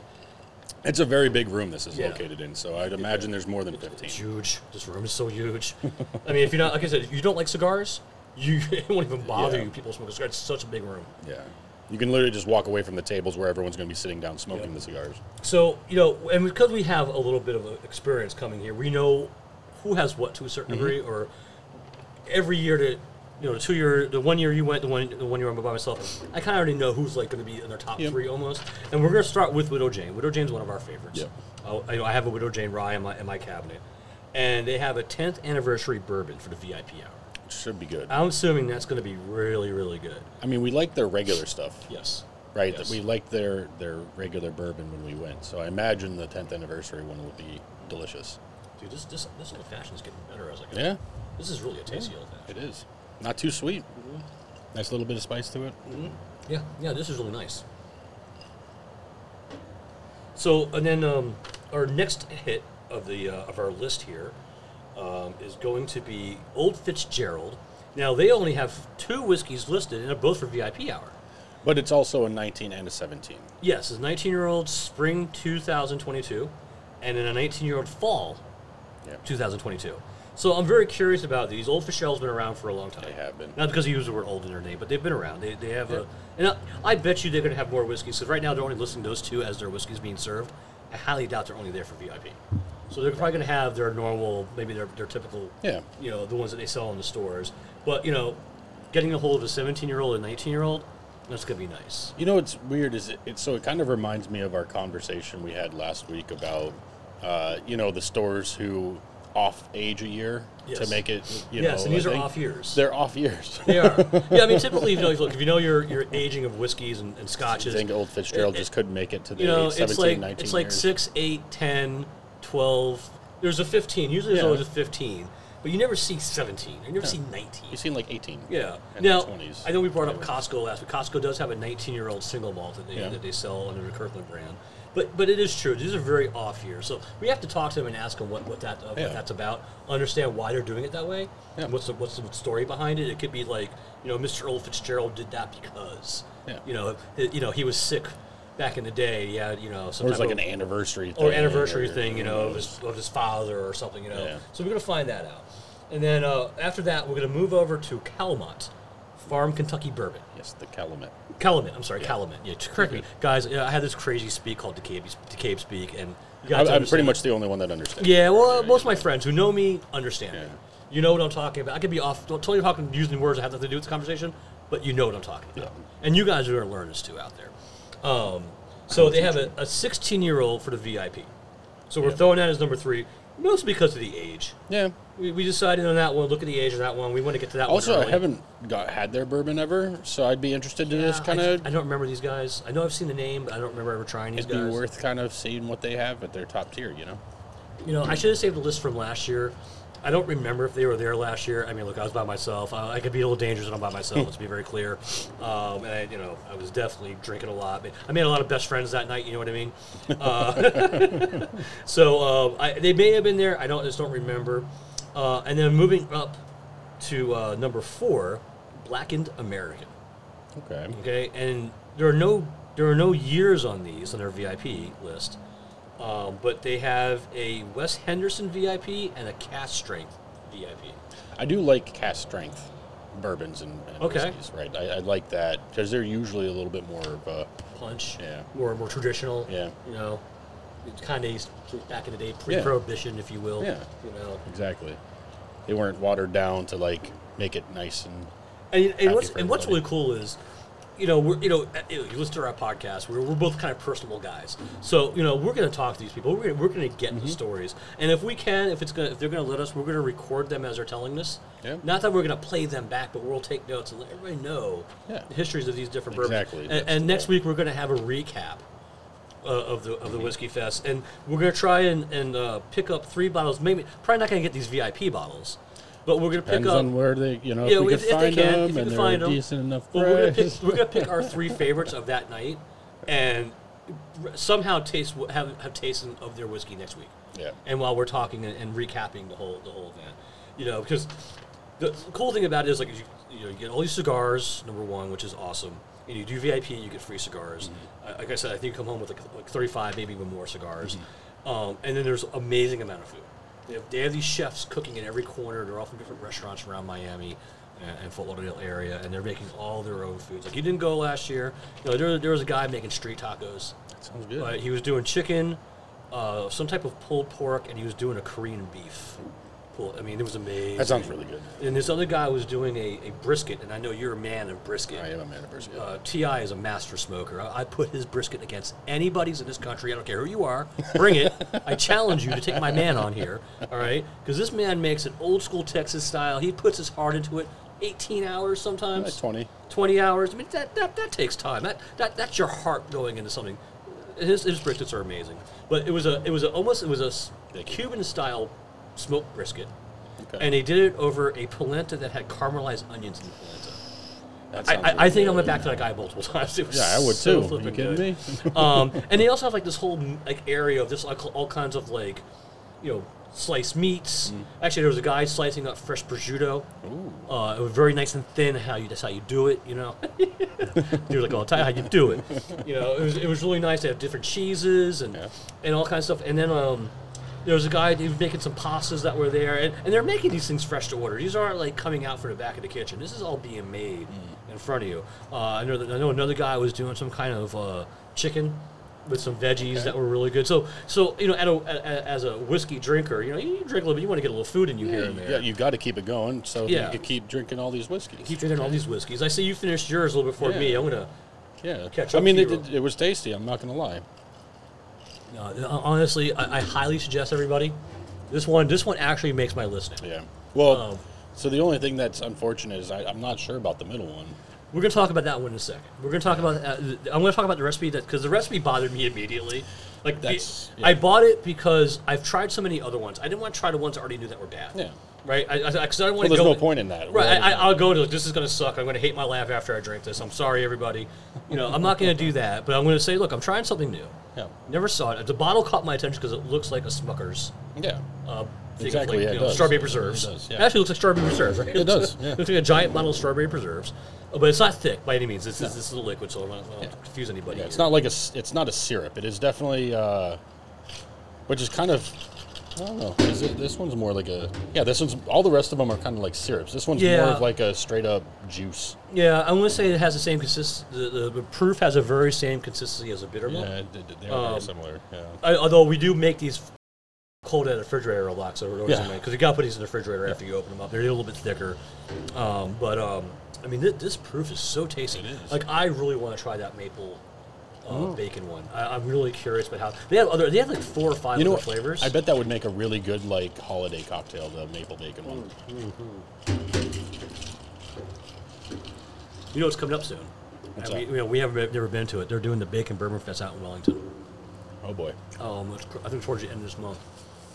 Speaker 1: It's a very big room this is
Speaker 2: Yeah.
Speaker 1: located in, so I'd imagine there's more than 15.
Speaker 2: It's huge. This room is so huge. I mean, if you're not, like I said, if you don't like cigars, you it won't even bother
Speaker 1: Yeah.
Speaker 2: you. People smoking cigars. It's such a big room.
Speaker 1: Yeah. You can literally just walk away from the tables where everyone's going to be sitting down smoking the cigars.
Speaker 2: So you know, and because we have a little bit of uh, experience coming here, we know who has what to a certain
Speaker 1: Mm-hmm.
Speaker 2: degree. Or every year, to you know, the two year, the one year you went, the one the one year I'm by myself. I kind of already know who's like going to be in their top
Speaker 1: Yep.
Speaker 2: three almost. And we're going to start with Widow Jane. Widow Jane's one of our favorites.
Speaker 1: Yep.
Speaker 2: Oh, I, I have a Widow Jane rye in my in my cabinet, and they have a 10th anniversary bourbon for the VIP hour.
Speaker 1: It should be good.
Speaker 2: I'm assuming that's going to be really, really good.
Speaker 1: I mean, we like their regular stuff,
Speaker 2: Yes.
Speaker 1: right?
Speaker 2: Yes.
Speaker 1: We like their, their regular bourbon when we went, so I imagine the 10th anniversary one will be delicious.
Speaker 2: Dude, this this this old fashioned is getting better as I go.
Speaker 1: Yeah,
Speaker 2: This is really a tasty old
Speaker 1: it
Speaker 2: fashioned.
Speaker 1: is. Not too sweet.
Speaker 2: Mm-hmm.
Speaker 1: Nice little bit of spice to it.
Speaker 2: Yeah. Yeah. This is really nice. So and then um, our next hit of the uh, of our list here um, is going to be Old Fitzgerald. Now they only have two whiskeys listed, and they're both for VIP hour.
Speaker 1: But it's also a 19 and a 17.
Speaker 2: Yes, it's 19 year old spring 2022, and then a 19 year old fall
Speaker 1: Yeah.
Speaker 2: 2022. So I'm very curious about these. Old Fitzgerald's been around for a long time.
Speaker 1: They have been.
Speaker 2: Not because he used the word old in their name, but they've been around. They, they have
Speaker 1: Yeah.
Speaker 2: a. And I, I bet you they're going to have more whiskeys because right now they're only listing those two as their whiskeys being served. I highly doubt they're only there for VIP. So they're probably going to have their normal, maybe their, their typical,
Speaker 1: Yeah.
Speaker 2: you know, the ones that they sell in the stores. But, you know, getting a hold of a 17 year old and 19 year old, that's going to be nice.
Speaker 1: You know what's weird is it, it so it kind of reminds me of our conversation we had last week about uh, you know the stores who off age a year to
Speaker 2: Yes.
Speaker 1: make it you
Speaker 2: yes,
Speaker 1: know
Speaker 2: and these
Speaker 1: a
Speaker 2: are
Speaker 1: thing.
Speaker 2: off years.
Speaker 1: They're off years.
Speaker 2: They are. Yeah, I mean, typically, you know, if, look, if you know your, your aging of whiskeys and, and
Speaker 1: I
Speaker 2: scotches,
Speaker 1: think old Fitzgerald just couldn't make it to the
Speaker 2: you know,
Speaker 1: 17,
Speaker 2: it's like
Speaker 1: 19
Speaker 2: it's like
Speaker 1: years.
Speaker 2: six, eight, ten, twelve. There's a 15. Usually there's
Speaker 1: Yeah.
Speaker 2: always a 15, but you never see 17. You never see 19.
Speaker 1: You seen like eighteen.
Speaker 2: Yeah.
Speaker 1: And
Speaker 2: Now,
Speaker 1: 20s.
Speaker 2: I know we brought up Costco last week. Costco does have a 19 year old single malt that they,
Speaker 1: Yeah.
Speaker 2: that they sell under the Kirkland brand. But, but it is true. These are very off years. So we have to talk to them and ask them what, what, that, uh,
Speaker 1: Yeah.
Speaker 2: what that's about, understand why they're doing it that way,
Speaker 1: Yeah.
Speaker 2: what's, the, what's the story behind it. It could be like, you know, Mr. Earl Fitzgerald did that because,
Speaker 1: Yeah.
Speaker 2: you know, it, you know, he was sick back in the day. He had, you know, some
Speaker 1: Or it's
Speaker 2: type
Speaker 1: like
Speaker 2: of-
Speaker 1: an anniversary thing
Speaker 2: or Oh, anniversary
Speaker 1: or-
Speaker 2: thing, you know, of his, of his father or something, you know.
Speaker 1: Yeah.
Speaker 2: So we're gonna find that out, and then uh, after that, we're gonna move over to Calumet Farm Kentucky Bourbon.
Speaker 1: Yes, the Calumet.
Speaker 2: Calumet, I'm sorry, Calumet. Yeah, correct me, guys. Yeah, I had this crazy speak called Decabe, Decabe speak, and you
Speaker 1: I'm,
Speaker 2: guys
Speaker 1: I'm pretty much the only one that understands.
Speaker 2: yeah, well, uh, most of my friends who know me understand me.
Speaker 1: Yeah.
Speaker 2: You know what I'm talking about. I could be off, totally talking, using words that have nothing to do with the conversation, but you know what I'm talking about. And you guys are going to learn this too out there. Um, so they have a 16 year old for the VIP. So we're throwing that as number three, mostly because of the age.
Speaker 1: Yeah.
Speaker 2: We, we decided on that one. Look at the age of that one. We want to get to that one.
Speaker 1: Also, I
Speaker 2: early.
Speaker 1: haven't got had their bourbon ever, so I'd be interested to
Speaker 2: Yeah,
Speaker 1: just kind
Speaker 2: I,
Speaker 1: of
Speaker 2: I don't remember these guys. I know I've seen the name, but I don't remember ever trying these
Speaker 1: it'd
Speaker 2: guys.
Speaker 1: be worth kind of seeing what they have at their top tier. You know.
Speaker 2: You know, I should have saved a list from last year. I don't remember if they were there last year. I mean, look, I was by myself. I, I could be a little dangerous when I'm by myself. let's be very clear. Um, and I, you know, I was definitely drinking a lot. I made a lot of best friends that night. You know what I mean? Uh, so uh, I, they may have been there. I don't just don't remember. Uh, and then moving up to uh, number four, Blackened American.
Speaker 1: Okay.
Speaker 2: Okay, and there are no there are no years on these on their VIP list, um, but they have a Wes Henderson VIP and a cast strength VIP.
Speaker 1: I do like cast strength bourbons and, and
Speaker 2: Okay.
Speaker 1: whiskeys, right? I, I like that because they're usually a little bit more of a
Speaker 2: Punch,
Speaker 1: Yeah.
Speaker 2: more more traditional.
Speaker 1: Yeah.
Speaker 2: you know, it's kind of back in the day pre-prohibition, if you will.
Speaker 1: Yeah.
Speaker 2: you know.
Speaker 1: exactly. They weren't watered down to like make it nice and
Speaker 2: And, and what's
Speaker 1: for
Speaker 2: and what's really
Speaker 1: everybody.
Speaker 2: cool is, you know, we're you know, uh, you know, you listen to our podcast. We're, we're both kind of personable guys, so you know, we're going to talk to these people. We're gonna, we're going to get
Speaker 1: Mm-hmm.
Speaker 2: the stories, and if we can, if it's gonna, if they're going to let us, we're going to record them as they're telling us.
Speaker 1: Yeah.
Speaker 2: Not that we're going to play them back, but we'll take notes and let everybody know
Speaker 1: Yeah.
Speaker 2: the histories of these different
Speaker 1: Exactly,
Speaker 2: bourbons.
Speaker 1: that's
Speaker 2: And, and
Speaker 1: the
Speaker 2: next
Speaker 1: goal. Mm-hmm.
Speaker 2: week we're going to have a recap. Uh, of the of the whiskey fest, and we're gonna try and and uh, pick up three bottles. Maybe probably not gonna get these VIP bottles, But we're gonna pick
Speaker 1: Depends
Speaker 2: up.
Speaker 1: on where they, you know,
Speaker 2: Yeah,
Speaker 1: if we
Speaker 2: if-
Speaker 1: could find
Speaker 2: if they can, if
Speaker 1: them
Speaker 2: you can
Speaker 1: and they're
Speaker 2: find 'em.
Speaker 1: decent enough
Speaker 2: Well, we're gonna
Speaker 1: price.
Speaker 2: pick, we're gonna pick our three favorites of that night, and somehow taste wh- have have taste in- of their whiskey next week.
Speaker 1: Yeah.
Speaker 2: And while we're talking and, and recapping the whole the whole event, you know, because the cool thing about it is like you, you know you get all these cigars number one, which is awesome. And you do VIP, you get free cigars. Uh, Like I said, I think you come home with like, like thirty five, maybe even more cigars. Um, and then there's amazing amount of food. They have, they have these chefs cooking in every corner. They're all from different restaurants around Miami and, and Fort Lauderdale area, and they're making all their own foods. Like you didn't go last year. You know, there, there was a guy making street tacos.
Speaker 1: Sounds good.
Speaker 2: But he was doing chicken, uh, some type of pulled pork, and he was doing a Korean beef. Pull. I mean, it was amazing.
Speaker 1: That sounds really good.
Speaker 2: And this other guy was doing a, a brisket, and I know you're a man of brisket.
Speaker 1: I am a man of brisket.
Speaker 2: Uh, Ti is a master smoker. I, I put his brisket against anybody's in this country. I don't care who you are. Bring it. I challenge you to take my man on here. All right, because this man makes an old school Texas style. He puts his heart into it. 18 hours sometimes.
Speaker 1: That's 20.
Speaker 2: 20 hours. I mean, that, that, that takes time. That, that that's your heart going into something. His, his briskets are amazing, but it was a it was a, almost it was a s- Cuban style smoked brisket,
Speaker 1: Okay.
Speaker 2: and they did it over a polenta that had caramelized onions in the polenta.
Speaker 1: That
Speaker 2: I,
Speaker 1: sounds
Speaker 2: I, I
Speaker 1: really
Speaker 2: think I
Speaker 1: good.
Speaker 2: went back to that guy multiple times. It was
Speaker 1: Yeah, I would
Speaker 2: so
Speaker 1: too. Are you
Speaker 2: flipping
Speaker 1: kidding
Speaker 2: good.
Speaker 1: me?
Speaker 2: um, and they also have like this whole like area of this like all kinds of like, you know, sliced meats.
Speaker 1: Mm.
Speaker 2: Actually, there was a guy slicing up fresh prosciutto. Uh, it was very nice and thin. How you that's how you do it. You know, they were like, "Oh, I'll tell you how you do it." You know, it was, it was really nice. They have different cheeses and
Speaker 1: Yeah.
Speaker 2: and all kinds of stuff. And then um, there was a guy he was making some pastas that were there, and, and they're making these things fresh to order. These aren't like coming out from the back of the kitchen. This is all being made
Speaker 1: Mm.
Speaker 2: in front of you. Uh, I know that, I know another guy was doing some kind of uh, chicken with some veggies that were really good. So so you know, at a, a- a- as a whiskey drinker, you know, you drink a little bit, you want to get a little food in you here and there.
Speaker 1: Yeah, you've got to keep it going so that
Speaker 2: Yeah.
Speaker 1: you can keep drinking all these whiskeys.
Speaker 2: Keep drinking all these whiskeys. I see you finished yours a little before me.
Speaker 1: Yeah.
Speaker 2: I'm gonna
Speaker 1: yeah.
Speaker 2: catch
Speaker 1: I
Speaker 2: up
Speaker 1: mean,
Speaker 2: to
Speaker 1: it,
Speaker 2: you.
Speaker 1: did- it was tasty. I'm not going to lie.
Speaker 2: uh, honestly, I, I highly suggest everybody. This one, this one actually makes my list now.
Speaker 1: Yeah. Well,
Speaker 2: Um,
Speaker 1: so the only thing that's unfortunate is I, I'm not sure about the middle one.
Speaker 2: We're going to talk about that one in a second. We're going to talk about. Uh, th- I'm going to talk about the recipe that because the recipe bothered me immediately. Like the-
Speaker 1: That's-
Speaker 2: I
Speaker 1: yeah.
Speaker 2: bought it because I've tried so many other ones. I didn't want to try the ones I already knew that were bad.
Speaker 1: Yeah.
Speaker 2: Right. I, I, 'cause I
Speaker 1: Well,
Speaker 2: don't want to
Speaker 1: there's
Speaker 2: go.
Speaker 1: no point in that. We
Speaker 2: Right, I, I,
Speaker 1: already know.
Speaker 2: I'll go to like, this is going to suck. I'm going to hate my laugh after I drink this. I'm sorry, everybody. You know, I'm not going to do that, but I'm going to say, look, I'm trying something new.
Speaker 1: Yeah.
Speaker 2: Never saw it. The bottle caught my attention because it looks like a Smucker's.
Speaker 1: Yeah.
Speaker 2: Uh, thing of,
Speaker 1: Exactly,
Speaker 2: like,
Speaker 1: yeah,
Speaker 2: you
Speaker 1: it
Speaker 2: know,
Speaker 1: does.
Speaker 2: strawberry
Speaker 1: It
Speaker 2: preserves.
Speaker 1: does, yeah.
Speaker 2: It actually looks like strawberry preserves, right?
Speaker 1: It does, yeah.
Speaker 2: looks like a giant bottle of strawberry preserves, Uh, but it's not thick by any means. This is this is a liquid, so I don't want to confuse anybody.
Speaker 1: Yeah, it's
Speaker 2: here.
Speaker 1: not like a. s- It's not a syrup. It is definitely, uh, which is kind of. I don't know. Is it, this one's more like a. Yeah, this one's. All the rest of them are kind of like syrups. This one's more
Speaker 2: Yeah.
Speaker 1: of like a straight up juice.
Speaker 2: Yeah, I want to say it has the same consist. The, the, the proof has a very same consistency as a bitter
Speaker 1: Yeah,
Speaker 2: milk.
Speaker 1: they- they- they are
Speaker 2: Um,
Speaker 1: very similar. Yeah.
Speaker 2: I, although we do make these cold out of the refrigerator a lot, so we're always
Speaker 1: Yeah.
Speaker 2: because you got to put these in the refrigerator after you open them up. They're a little bit thicker, um, but um, I mean this, this proof is so tasty.
Speaker 1: It is. Mm.
Speaker 2: Like I really want to try that maple uh, bacon one. I, I'm really curious about how they have other. They have like four or five
Speaker 1: You know
Speaker 2: other
Speaker 1: what?
Speaker 2: flavors.
Speaker 1: I bet that would make a really good like holiday cocktail, the maple bacon one.
Speaker 2: Mm. you know it's coming up soon.
Speaker 1: What's
Speaker 2: And we,
Speaker 1: that?
Speaker 2: you know, we have never been to it. They're doing the Bacon Bourbon Fest out in Wellington.
Speaker 1: Oh boy.
Speaker 2: Um, it's cr- I think towards the end of this month,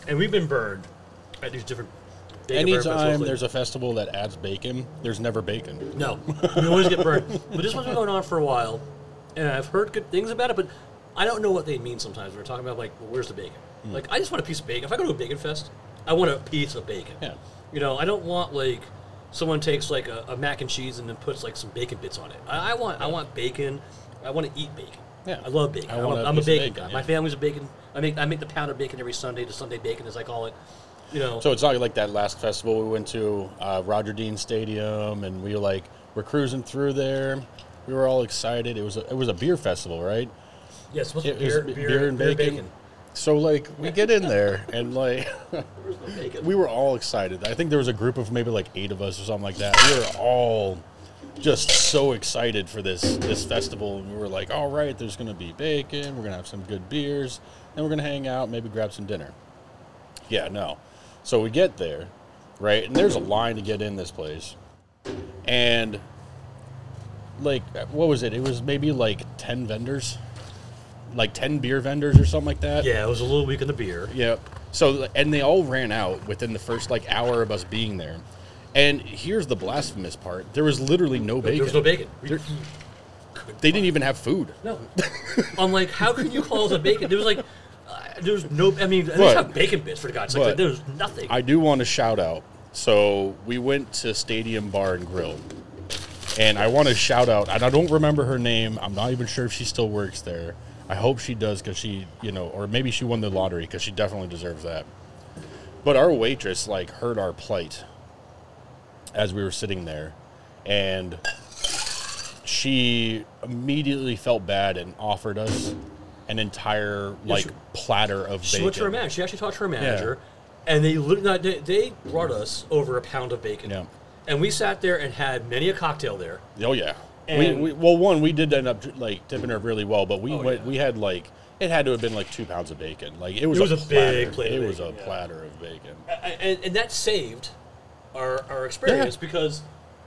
Speaker 2: and we've been burned at these different. Bacon Bourbon Fests
Speaker 1: Anytime
Speaker 2: locally.
Speaker 1: there's a festival that adds bacon, there's never bacon.
Speaker 2: No, you always get burned. But this one's been going on for a while, and I've heard good things about it, but I don't know what they mean sometimes. We're talking about, like, well, where's the bacon?
Speaker 1: Hmm.
Speaker 2: Like, I just want a piece of bacon. If I go to a bacon fest, I want a piece of bacon.
Speaker 1: Yeah.
Speaker 2: You know, I don't want, like, someone takes, like, a, a mac and cheese and then puts, like, some bacon bits on it. I, I want I want bacon. I want to eat bacon.
Speaker 1: Yeah.
Speaker 2: I love bacon.
Speaker 1: I
Speaker 2: I
Speaker 1: want
Speaker 2: am
Speaker 1: a
Speaker 2: a
Speaker 1: piece of
Speaker 2: bacon,
Speaker 1: bacon,
Speaker 2: guy.
Speaker 1: yeah.
Speaker 2: My family's a bacon. I make I make the pound of bacon every Sunday, the Sunday bacon, as I call it. You know,
Speaker 1: So it's not like that last festival we went to, uh, Roger Dean Stadium, and we like were cruising through there. We were all excited. It was a, it was a beer festival, right?
Speaker 2: yeah, it's supposed to
Speaker 1: It
Speaker 2: be
Speaker 1: was
Speaker 2: beer,
Speaker 1: b-
Speaker 2: beer, beer and bacon.
Speaker 1: So like we get in there and like
Speaker 2: Where's the bacon?
Speaker 1: we were all excited. I think there was a group of maybe like eight of us or something like that. We were all just so excited for this this festival. And we were like, all right, there's gonna be bacon. We're gonna have some good beers, and we're gonna hang out, maybe grab some dinner. Yeah, no. So we get there, right? And there's a line to get in this place, and like what was it? It was maybe like ten vendors, like ten beer vendors or something like that.
Speaker 2: Yeah, it was a little weak in the beer.
Speaker 1: Yep. So and they all ran out within the first like hour of us being there. And here's the blasphemous part: there was literally no bacon.
Speaker 2: There was no bacon.
Speaker 1: They didn't even have food.
Speaker 2: No. I'm like, how can you call it a bacon? There was like, uh, there's no. I mean, at
Speaker 1: But-
Speaker 2: least have bacon bits for God's sake.
Speaker 1: but-
Speaker 2: Like, there's nothing.
Speaker 1: I do want to shout out. So we went to Stadium Bar and Grill, and I want to shout out. And I don't remember her name. I'm not even sure if she still works there. I hope she does because she, you know, or maybe she won the lottery because she definitely deserves that. But our waitress like heard our plight as we were sitting there, and she immediately felt bad and offered us an entire like
Speaker 2: she-
Speaker 1: platter of
Speaker 2: she
Speaker 1: bacon.
Speaker 2: went to her manager. She actually talked to her manager, and they lit- no, they they brought us over a pound of bacon.
Speaker 1: Yeah.
Speaker 2: And we sat there and had many a cocktail there.
Speaker 1: Oh yeah. We,
Speaker 2: And-
Speaker 1: we, well, one we did end up like tipping her really well, but we
Speaker 2: Oh,
Speaker 1: went,
Speaker 2: yeah.
Speaker 1: we had like it had to have been like two pounds of bacon. Like it was,
Speaker 2: was a
Speaker 1: platter.
Speaker 2: big plate
Speaker 1: It
Speaker 2: of
Speaker 1: was a
Speaker 2: bacon, yeah.
Speaker 1: platter of bacon.
Speaker 2: and, and that saved our, our experience because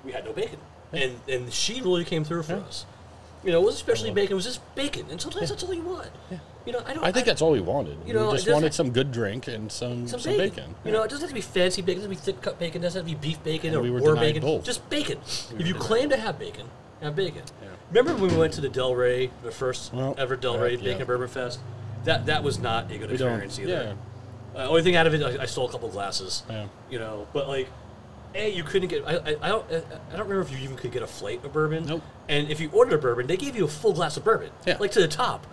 Speaker 2: we had no bacon, and and she really came through for us. You know, it was especially bacon. It was just bacon, and sometimes that's all you want. You know, I don't.
Speaker 1: I think that's all we wanted.
Speaker 2: You know,
Speaker 1: we
Speaker 2: it
Speaker 1: just
Speaker 2: doesn't-
Speaker 1: wanted some good drink and some some, bacon.
Speaker 2: You know, it doesn't have to be fancy bacon. It doesn't have to be thick cut bacon. It doesn't have to be beef bacon or
Speaker 1: we were
Speaker 2: war
Speaker 1: denied
Speaker 2: bacon.
Speaker 1: both.
Speaker 2: Just bacon. if you claim to have bacon, have bacon. Remember when we went to the Del Rey, the first
Speaker 1: Well,
Speaker 2: ever Del
Speaker 1: yeah,
Speaker 2: Rey
Speaker 1: yeah.
Speaker 2: Bacon Bourbon Fest? That that was not a good
Speaker 1: we don't.
Speaker 2: experience either.
Speaker 1: Yeah,
Speaker 2: Uh, only thing out of it, I, I stole a couple glasses.
Speaker 1: Yeah.
Speaker 2: You know, but like, a you couldn't get. I, I, I don't. I, I don't remember if you even could get a flight of bourbon.
Speaker 1: Nope.
Speaker 2: And if you ordered a bourbon, they gave you a full glass of bourbon.
Speaker 1: Yeah.
Speaker 2: Like to the top.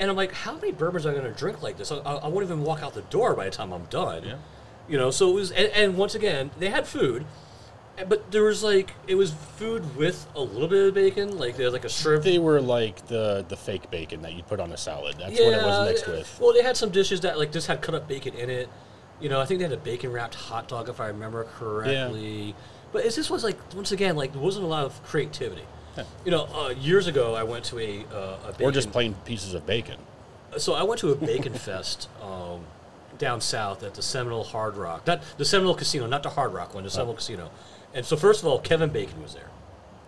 Speaker 2: And I'm like, how many bourbons am I going to drink like this? I, I, I won't even walk out the door by the time I'm done.
Speaker 1: Yeah.
Speaker 2: You know, so it was. And, and once again, they had food. and- But there was like it was food with a little bit of bacon, like there's like a shrimp
Speaker 1: they were like the the fake bacon that you put on a salad. That's what it was mixed with.
Speaker 2: well, they had some dishes that like just had cut up bacon in it. You know, I think they had a bacon wrapped hot dog if I remember correctly. But it's just was like once again like there wasn't a lot of creativity. You know, uh, years ago I went to a, uh, a bacon,
Speaker 1: Or just plain pieces of bacon.
Speaker 2: so I went to a bacon fest um, down south at the Seminole Hard Rock, not the Seminole Casino, not the Hard Rock one, the Seminole Casino. And so first of all, Kevin Bacon was there,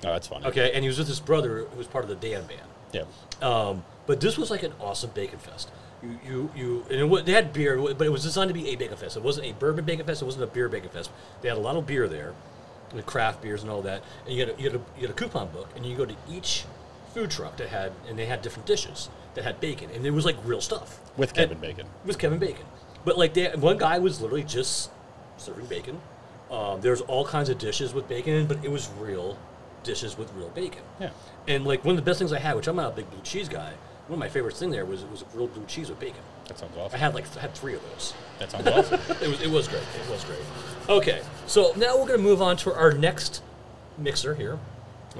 Speaker 1: Oh, that's funny.
Speaker 2: okay, and he was with his brother who was part of the Dan band.
Speaker 1: Yeah.
Speaker 2: Um, but this was like an awesome bacon fest. You, you, you and it, wa- they had beer, but it was designed to be a bacon fest. It wasn't a bourbon bacon fest. It wasn't a beer bacon fest. They had a lot of beer there, with craft beers and all that. And you had a, you had a, you had a coupon book, and you go to each food truck that had, and they had different dishes that had bacon, and it was like real stuff
Speaker 1: With
Speaker 2: And-
Speaker 1: Kevin Bacon.
Speaker 2: with Kevin Bacon. But like they, one guy was literally just serving bacon. Um, there's all kinds of dishes with bacon, but it was real dishes with real bacon.
Speaker 1: Yeah.
Speaker 2: And like one of the best things I had, which I'm not a big blue cheese guy, one of my favorite thing there was was grilled blue cheese with bacon.
Speaker 1: That sounds
Speaker 2: I
Speaker 1: awesome.
Speaker 2: had like I had three of those.
Speaker 1: That sounds awesome.
Speaker 2: It was it was great. It was great. Okay, so now we're gonna move on to our next mixer here.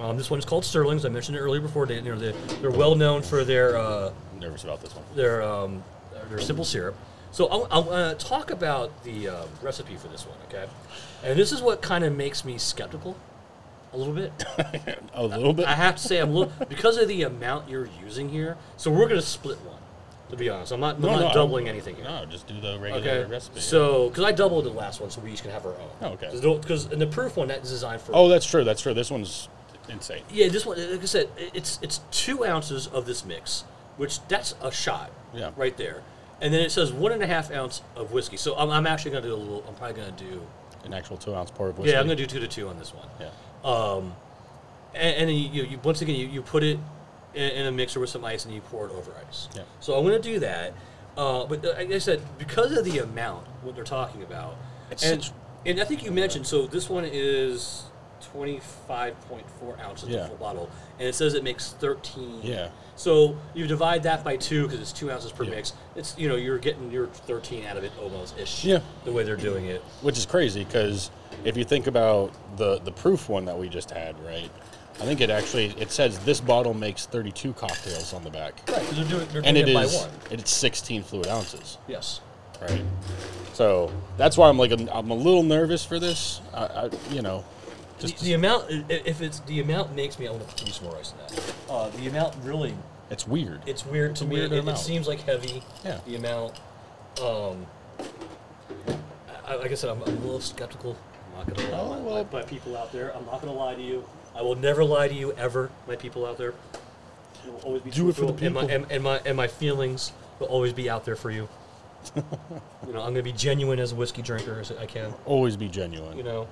Speaker 2: Um, this one is called Sterling's. I mentioned it earlier before. They, you know, they, they're well known for their. Uh,
Speaker 1: I'm nervous about this one.
Speaker 2: their um, their simple syrup. So I want to talk about the um, recipe for this one, okay? And this is what kind of makes me skeptical, a little bit.
Speaker 1: A little bit.
Speaker 2: I have to say, I'm a little because of the amount you're using here. So we're gonna split one. To be honest, I'm not, I'm
Speaker 1: No,
Speaker 2: not
Speaker 1: no, I-
Speaker 2: doubling anything here.
Speaker 1: No, just do the regular
Speaker 2: Okay.
Speaker 1: recipe.
Speaker 2: So, because I doubled the last one, so we each can have our own.
Speaker 1: Oh, okay.
Speaker 2: Because in the proof one, that's designed for
Speaker 1: oh, that's true. That's true. This one's insane.
Speaker 2: Yeah, this one, like I said, i- it's it's two ounces of this mix, which that's a shot,
Speaker 1: Yeah.
Speaker 2: right there, and then it says one and a half ounce of whiskey. So I'm, I'm actually gonna do a little. I'm probably gonna do.
Speaker 1: An actual two ounce pour of whiskey.
Speaker 2: Yeah, I'm gonna do two to two on this one.
Speaker 1: Yeah.
Speaker 2: And, and then you, you once again you, you put it in, in a mixer with some ice and you pour it over ice.
Speaker 1: Yeah.
Speaker 2: So I'm gonna do that, uh, but uh, like I said, because of the amount what they're talking about,
Speaker 1: It's
Speaker 2: and
Speaker 1: such-
Speaker 2: and I think you mentioned so this one is. 25.4 ounces
Speaker 1: Yeah.
Speaker 2: the full bottle and it says it makes 13
Speaker 1: Yeah.
Speaker 2: So you divide that by two because it's two ounces per
Speaker 1: Yeah.
Speaker 2: mix. It's you know you're getting your 13 out of it almost ish.
Speaker 1: Yeah.
Speaker 2: The way they're doing it.
Speaker 1: Which is crazy because if you think about the the proof one that we just had, right? I think it actually it says this bottle makes 32 cocktails on the back,
Speaker 2: Right. They're doing, they're
Speaker 1: and
Speaker 2: doing
Speaker 1: it
Speaker 2: it, by
Speaker 1: is
Speaker 2: one.
Speaker 1: it's 16 fluid ounces,
Speaker 2: Yes.
Speaker 1: right? So that's why I'm like I'm, I'm a little nervous for this. I, I you know, just
Speaker 2: the, the amount i- i- if it's the amount makes me I want to use more ice than that. Uh, the amount really
Speaker 1: it's weird.
Speaker 2: it's weird to
Speaker 1: a
Speaker 2: me.
Speaker 1: weird
Speaker 2: It- It,
Speaker 1: amount.
Speaker 2: seems like heavy.
Speaker 1: Yeah.
Speaker 2: The amount. Um. I, like I said, I'm, I'm a little skeptical. I'm not gonna lie.
Speaker 1: Oh,
Speaker 2: my-
Speaker 1: well.
Speaker 2: my, my people out there, I'm not gonna lie to you. I will never lie to you ever, my people out there. It will always be
Speaker 1: Do it for the
Speaker 2: truthful, And my,
Speaker 1: people.
Speaker 2: and, and my and my feelings will always be out there for you. you know, I'm gonna be genuine as a whiskey drinker as I can.
Speaker 1: Always be genuine.
Speaker 2: You know.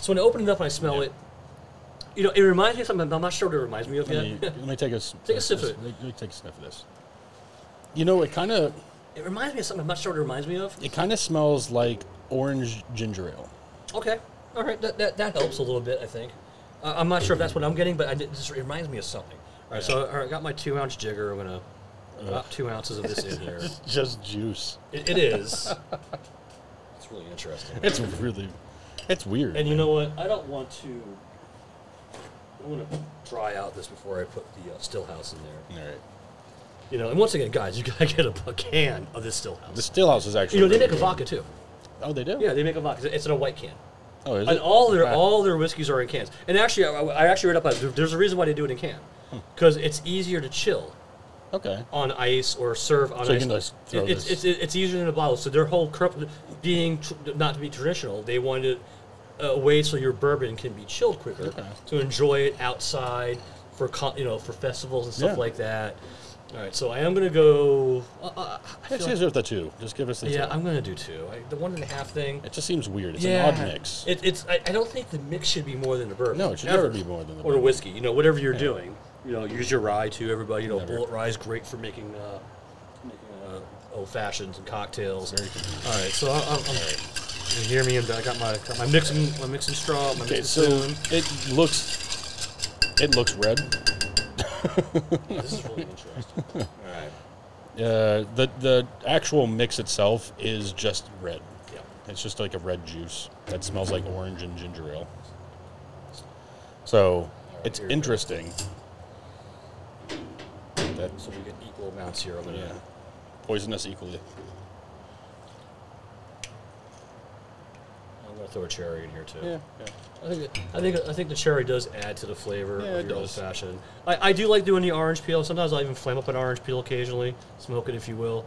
Speaker 2: So when I open it up and I smell it, you know, it reminds me of something. I'm not sure what it reminds me of
Speaker 1: Let
Speaker 2: yet.
Speaker 1: me, let me take a s-
Speaker 2: Take a sip of it.
Speaker 1: Let me take a sniff of this. You know, it kind of
Speaker 2: it reminds me of something. I'm not sure what it reminds me of.
Speaker 1: it kind of smells like orange ginger ale.
Speaker 2: Okay, all right, that, that, that helps a little bit. I think. Uh, I'm not sure if that's what I'm getting, but I, did- this reminds me of something. All right, so I, I got my two ounce jigger. I'm gonna pop two ounces of this in here.
Speaker 1: Just juice.
Speaker 2: It, it is. It's really interesting.
Speaker 1: It's really, it's weird.
Speaker 2: And you know what? I don't want to. I want to dry out this before I put the uh, stillhouse in there.
Speaker 1: All right.
Speaker 2: You know, and once again, guys, you gotta get a, a can of this stillhouse.
Speaker 1: The Stillhouse is actually.
Speaker 2: you know, they
Speaker 1: really
Speaker 2: make a
Speaker 1: good.
Speaker 2: vodka too.
Speaker 1: Oh, they do.
Speaker 2: Yeah, they make a vodka. It's in a white can,
Speaker 1: Oh, is
Speaker 2: and
Speaker 1: it?
Speaker 2: all their
Speaker 1: Ah.
Speaker 2: all their whiskeys are in cans. And actually, I, I actually read up on it. There's a reason why they do it in can,
Speaker 1: Hmm.
Speaker 2: because it's easier to chill
Speaker 1: Okay.
Speaker 2: on ice or serve on
Speaker 1: So you
Speaker 2: ice.
Speaker 1: can just throw
Speaker 2: It- it's,
Speaker 1: this-
Speaker 2: it's, it's easier than a bottle. So their whole cur- being tr- not to be traditional, they wanted a way so your bourbon can be chilled quicker
Speaker 1: Okay.
Speaker 2: to enjoy it outside for con- you know for festivals and stuff
Speaker 1: Yeah.
Speaker 2: like that. All right, so I am gonna go. Uh, uh, I feel
Speaker 1: It's
Speaker 2: like-
Speaker 1: easier with the two. Just give us the
Speaker 2: yeah,
Speaker 1: two.
Speaker 2: I'm gonna do two. I, the one and a half thing.
Speaker 1: It just seems weird. It's
Speaker 2: yeah,
Speaker 1: an odd mix.
Speaker 2: It, it's. I, I don't think the mix should be more than the bourbon.
Speaker 1: no, it should never be more than the
Speaker 2: Or the
Speaker 1: one.
Speaker 2: whiskey, you know, whatever you're doing, you know, use your rye too. Everybody, you know,
Speaker 1: Never.
Speaker 2: bullet rye is great for making, uh, making uh, old fashions and cocktails. All right, so I'm, I'm, you hear me? I'm, I got my got my mixing my mixing straw, my
Speaker 1: Okay,
Speaker 2: mixing
Speaker 1: so
Speaker 2: spoon.
Speaker 1: it looks, it looks red.
Speaker 2: this is really interesting. All right,
Speaker 1: Uh, the the actual mix itself is just red.
Speaker 2: yeah.
Speaker 1: It's just like a red juice that smells like orange and ginger ale. So it's
Speaker 2: here we go.
Speaker 1: interesting. That
Speaker 2: So we get equal amounts here. I'm gonna.
Speaker 1: yeah, poisonous equally.
Speaker 2: I'm gonna throw a cherry in here too.
Speaker 1: Yeah,
Speaker 2: I think I think I think the cherry does add to the flavor
Speaker 1: Yeah,
Speaker 2: of
Speaker 1: it
Speaker 2: your old
Speaker 1: does.
Speaker 2: fashioned. I, I do like doing the orange peel. Sometimes I'll even flame up an orange peel occasionally, smoke it if you will.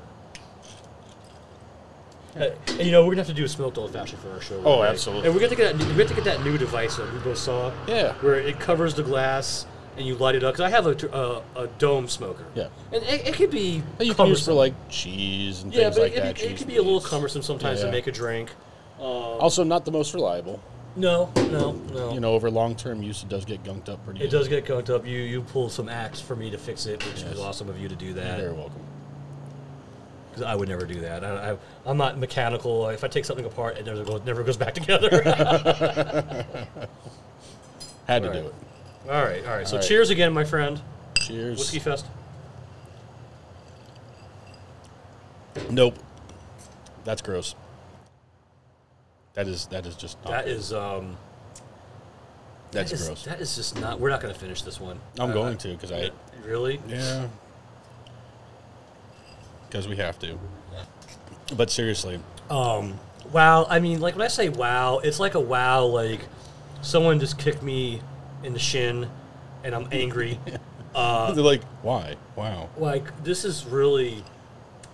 Speaker 2: Uh, and you know we're gonna have to do a smoked old fashioned for our show.
Speaker 1: Oh,
Speaker 2: right?
Speaker 1: absolutely.
Speaker 2: And we're gonna get that, we're gonna have to get that new device that we both saw.
Speaker 1: Yeah.
Speaker 2: Where it covers the glass and you light it up. Cause I have a tr- a, a dome smoker.
Speaker 1: Yeah.
Speaker 2: And it, it could be
Speaker 1: But you can use for
Speaker 2: cumbersome.
Speaker 1: like cheese and
Speaker 2: yeah,
Speaker 1: things
Speaker 2: but
Speaker 1: like
Speaker 2: it,
Speaker 1: that.
Speaker 2: it, it
Speaker 1: cheese
Speaker 2: could be a little
Speaker 1: curds.
Speaker 2: cumbersome sometimes
Speaker 1: Yeah.
Speaker 2: to make a drink.
Speaker 1: Also, not the most reliable.
Speaker 2: No, no, no.
Speaker 1: You know, over long term use, it does get gunked up pretty.
Speaker 2: It does get cooked up. You you pulled some acts for me to fix it, which was awesome of you to do
Speaker 1: You're very
Speaker 2: that.
Speaker 1: welcome.
Speaker 2: 'Cause I would never do that. I, I, I'm not mechanical. If I take something apart, it never goes never goes back together.
Speaker 1: Had to
Speaker 2: All
Speaker 1: do
Speaker 2: right.
Speaker 1: it.
Speaker 2: all right, all right. So
Speaker 1: All right.
Speaker 2: cheers again, my friend.
Speaker 1: Cheers.
Speaker 2: Whiskey fest.
Speaker 1: Nope. That's gross. That is that is just not
Speaker 2: That
Speaker 1: good.
Speaker 2: is um.
Speaker 1: Oh. that's
Speaker 2: that is-
Speaker 1: gross.
Speaker 2: That is just not. We're not going to finish this one.
Speaker 1: I'm
Speaker 2: Uh,
Speaker 1: going to because I
Speaker 2: Really?
Speaker 1: yeah because we have to. But seriously,
Speaker 2: Um. Wow. I mean, like when I say wow, it's like a wow. Like someone just kicked me in the shin, and I'm angry. Uh,
Speaker 1: they're like, why? Wow.
Speaker 2: like this is really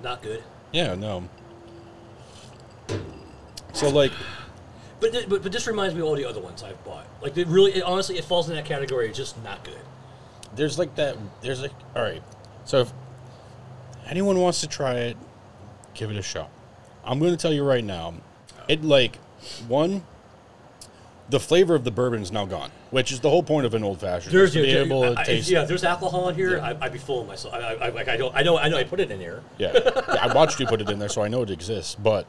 Speaker 2: not good.
Speaker 1: Yeah, no. So like,
Speaker 2: But, th- but but this reminds me of all the other ones I've bought. Like it really, it, honestly, it falls in that category. It's just not good.
Speaker 1: there's like that. There's like, all right. So if anyone wants to try it, give it a shot. I'm going to tell you right now, it like one. The flavor of the bourbon is now gone, which is the whole point of an old fashioned.
Speaker 2: There's
Speaker 1: to be able to
Speaker 2: I- I-
Speaker 1: taste.
Speaker 2: yeah, there's alcohol in here.
Speaker 1: Yeah.
Speaker 2: I, I'd be fooling myself. I, I, I- like I don't, I know, I know, I put it in here.
Speaker 1: Yeah. Yeah, I watched you put it in there, so I know it exists, but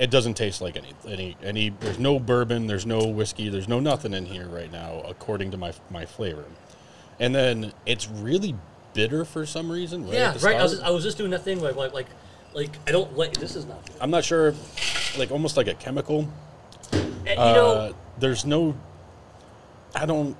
Speaker 1: it doesn't taste like any any any. There's no bourbon, there's no whiskey, there's no nothing in here right now, according to my my flavor. And then it's really bitter for some reason. Right
Speaker 2: Yeah,
Speaker 1: at the
Speaker 2: right. I was,
Speaker 1: start.
Speaker 2: just, I was just doing that thing like like like like I don't like this is not. Good.
Speaker 1: I'm not sure, if, like almost like a chemical.
Speaker 2: And, you
Speaker 1: Uh,
Speaker 2: know,
Speaker 1: there's no, I don't,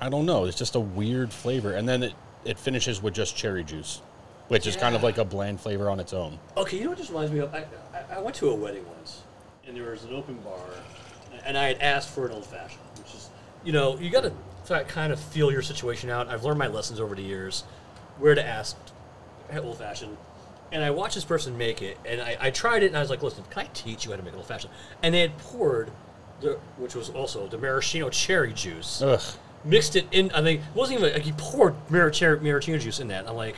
Speaker 1: I don't know. It's just a weird flavor, and then it it finishes with just cherry juice, which is kind of
Speaker 2: Yeah.
Speaker 1: like a bland flavor on its own.
Speaker 2: okay, you know what this reminds me of? I, I, I went to a wedding once, and there was an open bar, and I had asked for an old fashioned, which is, you know, you got to kind of feel your situation out. I've learned my lessons over the years, where to ask old fashioned. And I watched this person make it, and I, I tried it, and I was like, listen, can I teach you how to make an old fashioned? And they had poured, the, which was also the maraschino cherry juice
Speaker 1: Ugh.
Speaker 2: mixed it in. I think it wasn't even like he poured maraschino, maraschino juice in that. And I'm like,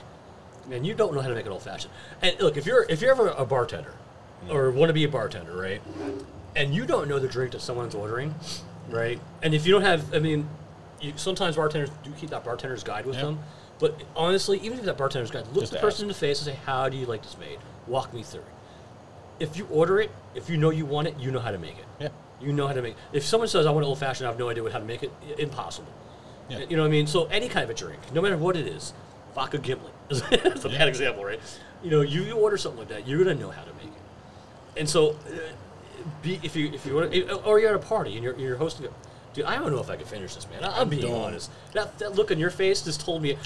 Speaker 2: man, you don't know how to make an old fashioned. And look, if you're if you're ever a bartender or want to be a bartender, right? And you don't know the drink that someone's ordering, right? And if you don't have, I mean, you, sometimes bartenders do keep that bartender's guide with
Speaker 1: Yeah.
Speaker 2: them. But honestly, even if that bartender's guide, look
Speaker 1: Just
Speaker 2: the
Speaker 1: ask.
Speaker 2: person in the face and say, "How do you like this made? Walk me through." it." If you order it, if you know you want it, you know how to make it.
Speaker 1: Yeah.
Speaker 2: You know how to make. If someone says, "I want an old fashioned," I have no idea what how to make it. i- Impossible.
Speaker 1: Yeah.
Speaker 2: You know what I mean? So any kind of a drink, no matter what it is, vodka gimlet is a
Speaker 1: Yeah.
Speaker 2: bad example, right? You know, you, you order something like that, you're gonna know how to make it. And so, uh, be, if you if you order, or you're at a party and you're you're hosting. A, Dude, I don't know if I can finish this, man. I- I'm being
Speaker 1: don't.
Speaker 2: honest. That, that look on your face just told me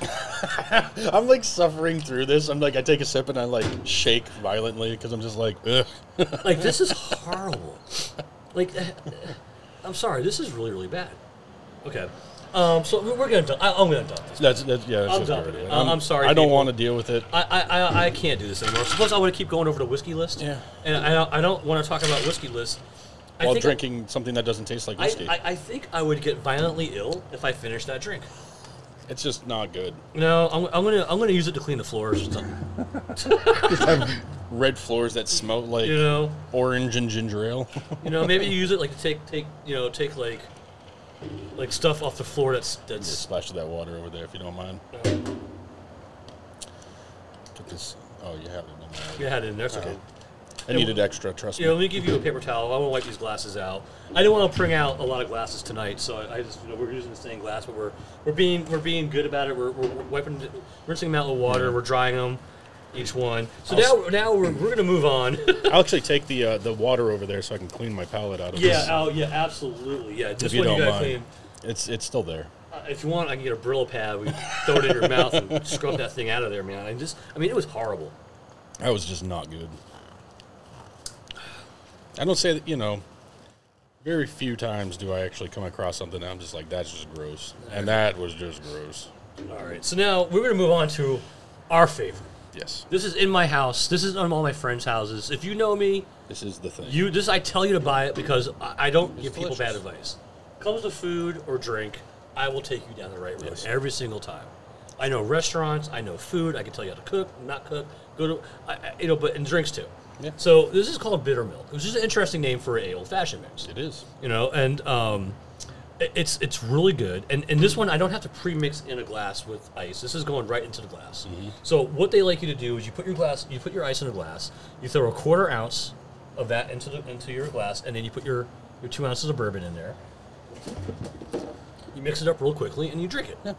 Speaker 1: I'm like suffering through this. I'm like, I take a sip and I like shake violently because I'm just like, ugh.
Speaker 2: like this is horrible. Like, eh, eh, I'm sorry, this is really really bad. Okay, um, so we're we're gonna dump, I, I'm gonna dump this.
Speaker 1: That's, that's yeah. That's
Speaker 2: I'm
Speaker 1: just
Speaker 2: done
Speaker 1: where
Speaker 2: with
Speaker 1: it
Speaker 2: it.
Speaker 1: is.
Speaker 2: I- I'm sorry,
Speaker 1: I don't
Speaker 2: people.
Speaker 1: want to deal with it.
Speaker 2: I, I, I- I can't do this anymore. Suppose I want to keep going over the whiskey list.
Speaker 1: Yeah.
Speaker 2: And I, don't- I don't want to talk about whiskey list. I
Speaker 1: while
Speaker 2: think
Speaker 1: drinking something that doesn't taste like
Speaker 2: I,
Speaker 1: whiskey.
Speaker 2: I, I think I would get violently ill if I finished that drink.
Speaker 1: it's just not good.
Speaker 2: No, I'm, I'm gonna I'm gonna use it to clean the floors or something.
Speaker 1: Red floors that smell like
Speaker 2: You know,
Speaker 1: orange and ginger ale.
Speaker 2: you know, maybe use it like to take take you know take like like stuff off the floor that's
Speaker 1: just
Speaker 2: that's.
Speaker 1: splash of that water over there if you don't mind. Get this. Oh, you have it. in there.
Speaker 2: Yeah, I didn't. That's okay.
Speaker 1: I needed extra. Trust
Speaker 2: You know,
Speaker 1: me.
Speaker 2: let me give you a paper towel. I want to wipe these glasses out. I don't want to bring out a lot of glasses tonight, so I, I just you know we're using the stained glass, but we're we're being we're being good about it. We're, we're wiping, rinsing them out with water. We're drying them, each one. So
Speaker 1: I'll
Speaker 2: now now we're, we're gonna move on.
Speaker 1: I'll actually take the uh, the water over there so I can clean my palate out of
Speaker 2: yeah,
Speaker 1: this.
Speaker 2: oh yeah, absolutely. Yeah,
Speaker 1: if
Speaker 2: this
Speaker 1: you
Speaker 2: one
Speaker 1: don't
Speaker 2: you gotta
Speaker 1: mind.
Speaker 2: clean.
Speaker 1: It's it's still there.
Speaker 2: Uh, if you want, I can get a Brillo pad. We throw it in your mouth and scrub that thing out of there, man. I just, I mean, it was horrible.
Speaker 1: That was just not good. I don't say that you know. Very few times do I actually come across something that I'm just like that's just gross, and that was just gross.
Speaker 2: All right, so now we're gonna move on to our favorite.
Speaker 1: Yes,
Speaker 2: This is in my house. This is on all my friends' houses. If you know me,
Speaker 1: this is the thing.
Speaker 2: You this I tell you to buy it because I, I don't give people
Speaker 1: delicious.
Speaker 2: bad advice. Comes to food or drink, I will take you down the right road
Speaker 1: Yes.
Speaker 2: every single time. I know restaurants, I know food, I can tell you how to cook, not cook, go to I, I- you know, but and drinks too.
Speaker 1: Yeah.
Speaker 2: So this is called bitter milk, which is an interesting name for a old fashioned mix.
Speaker 1: it is.
Speaker 2: You know, and um, it- it's it's really good. And and this one I don't have to pre mix in a glass with ice. This is going right into the glass. So what they like you to do is you put your glass, you put your ice in a glass, you throw a quarter ounce of that into the into your glass, and then you put your your two ounces of bourbon in there. You mix it up real quickly and you drink it.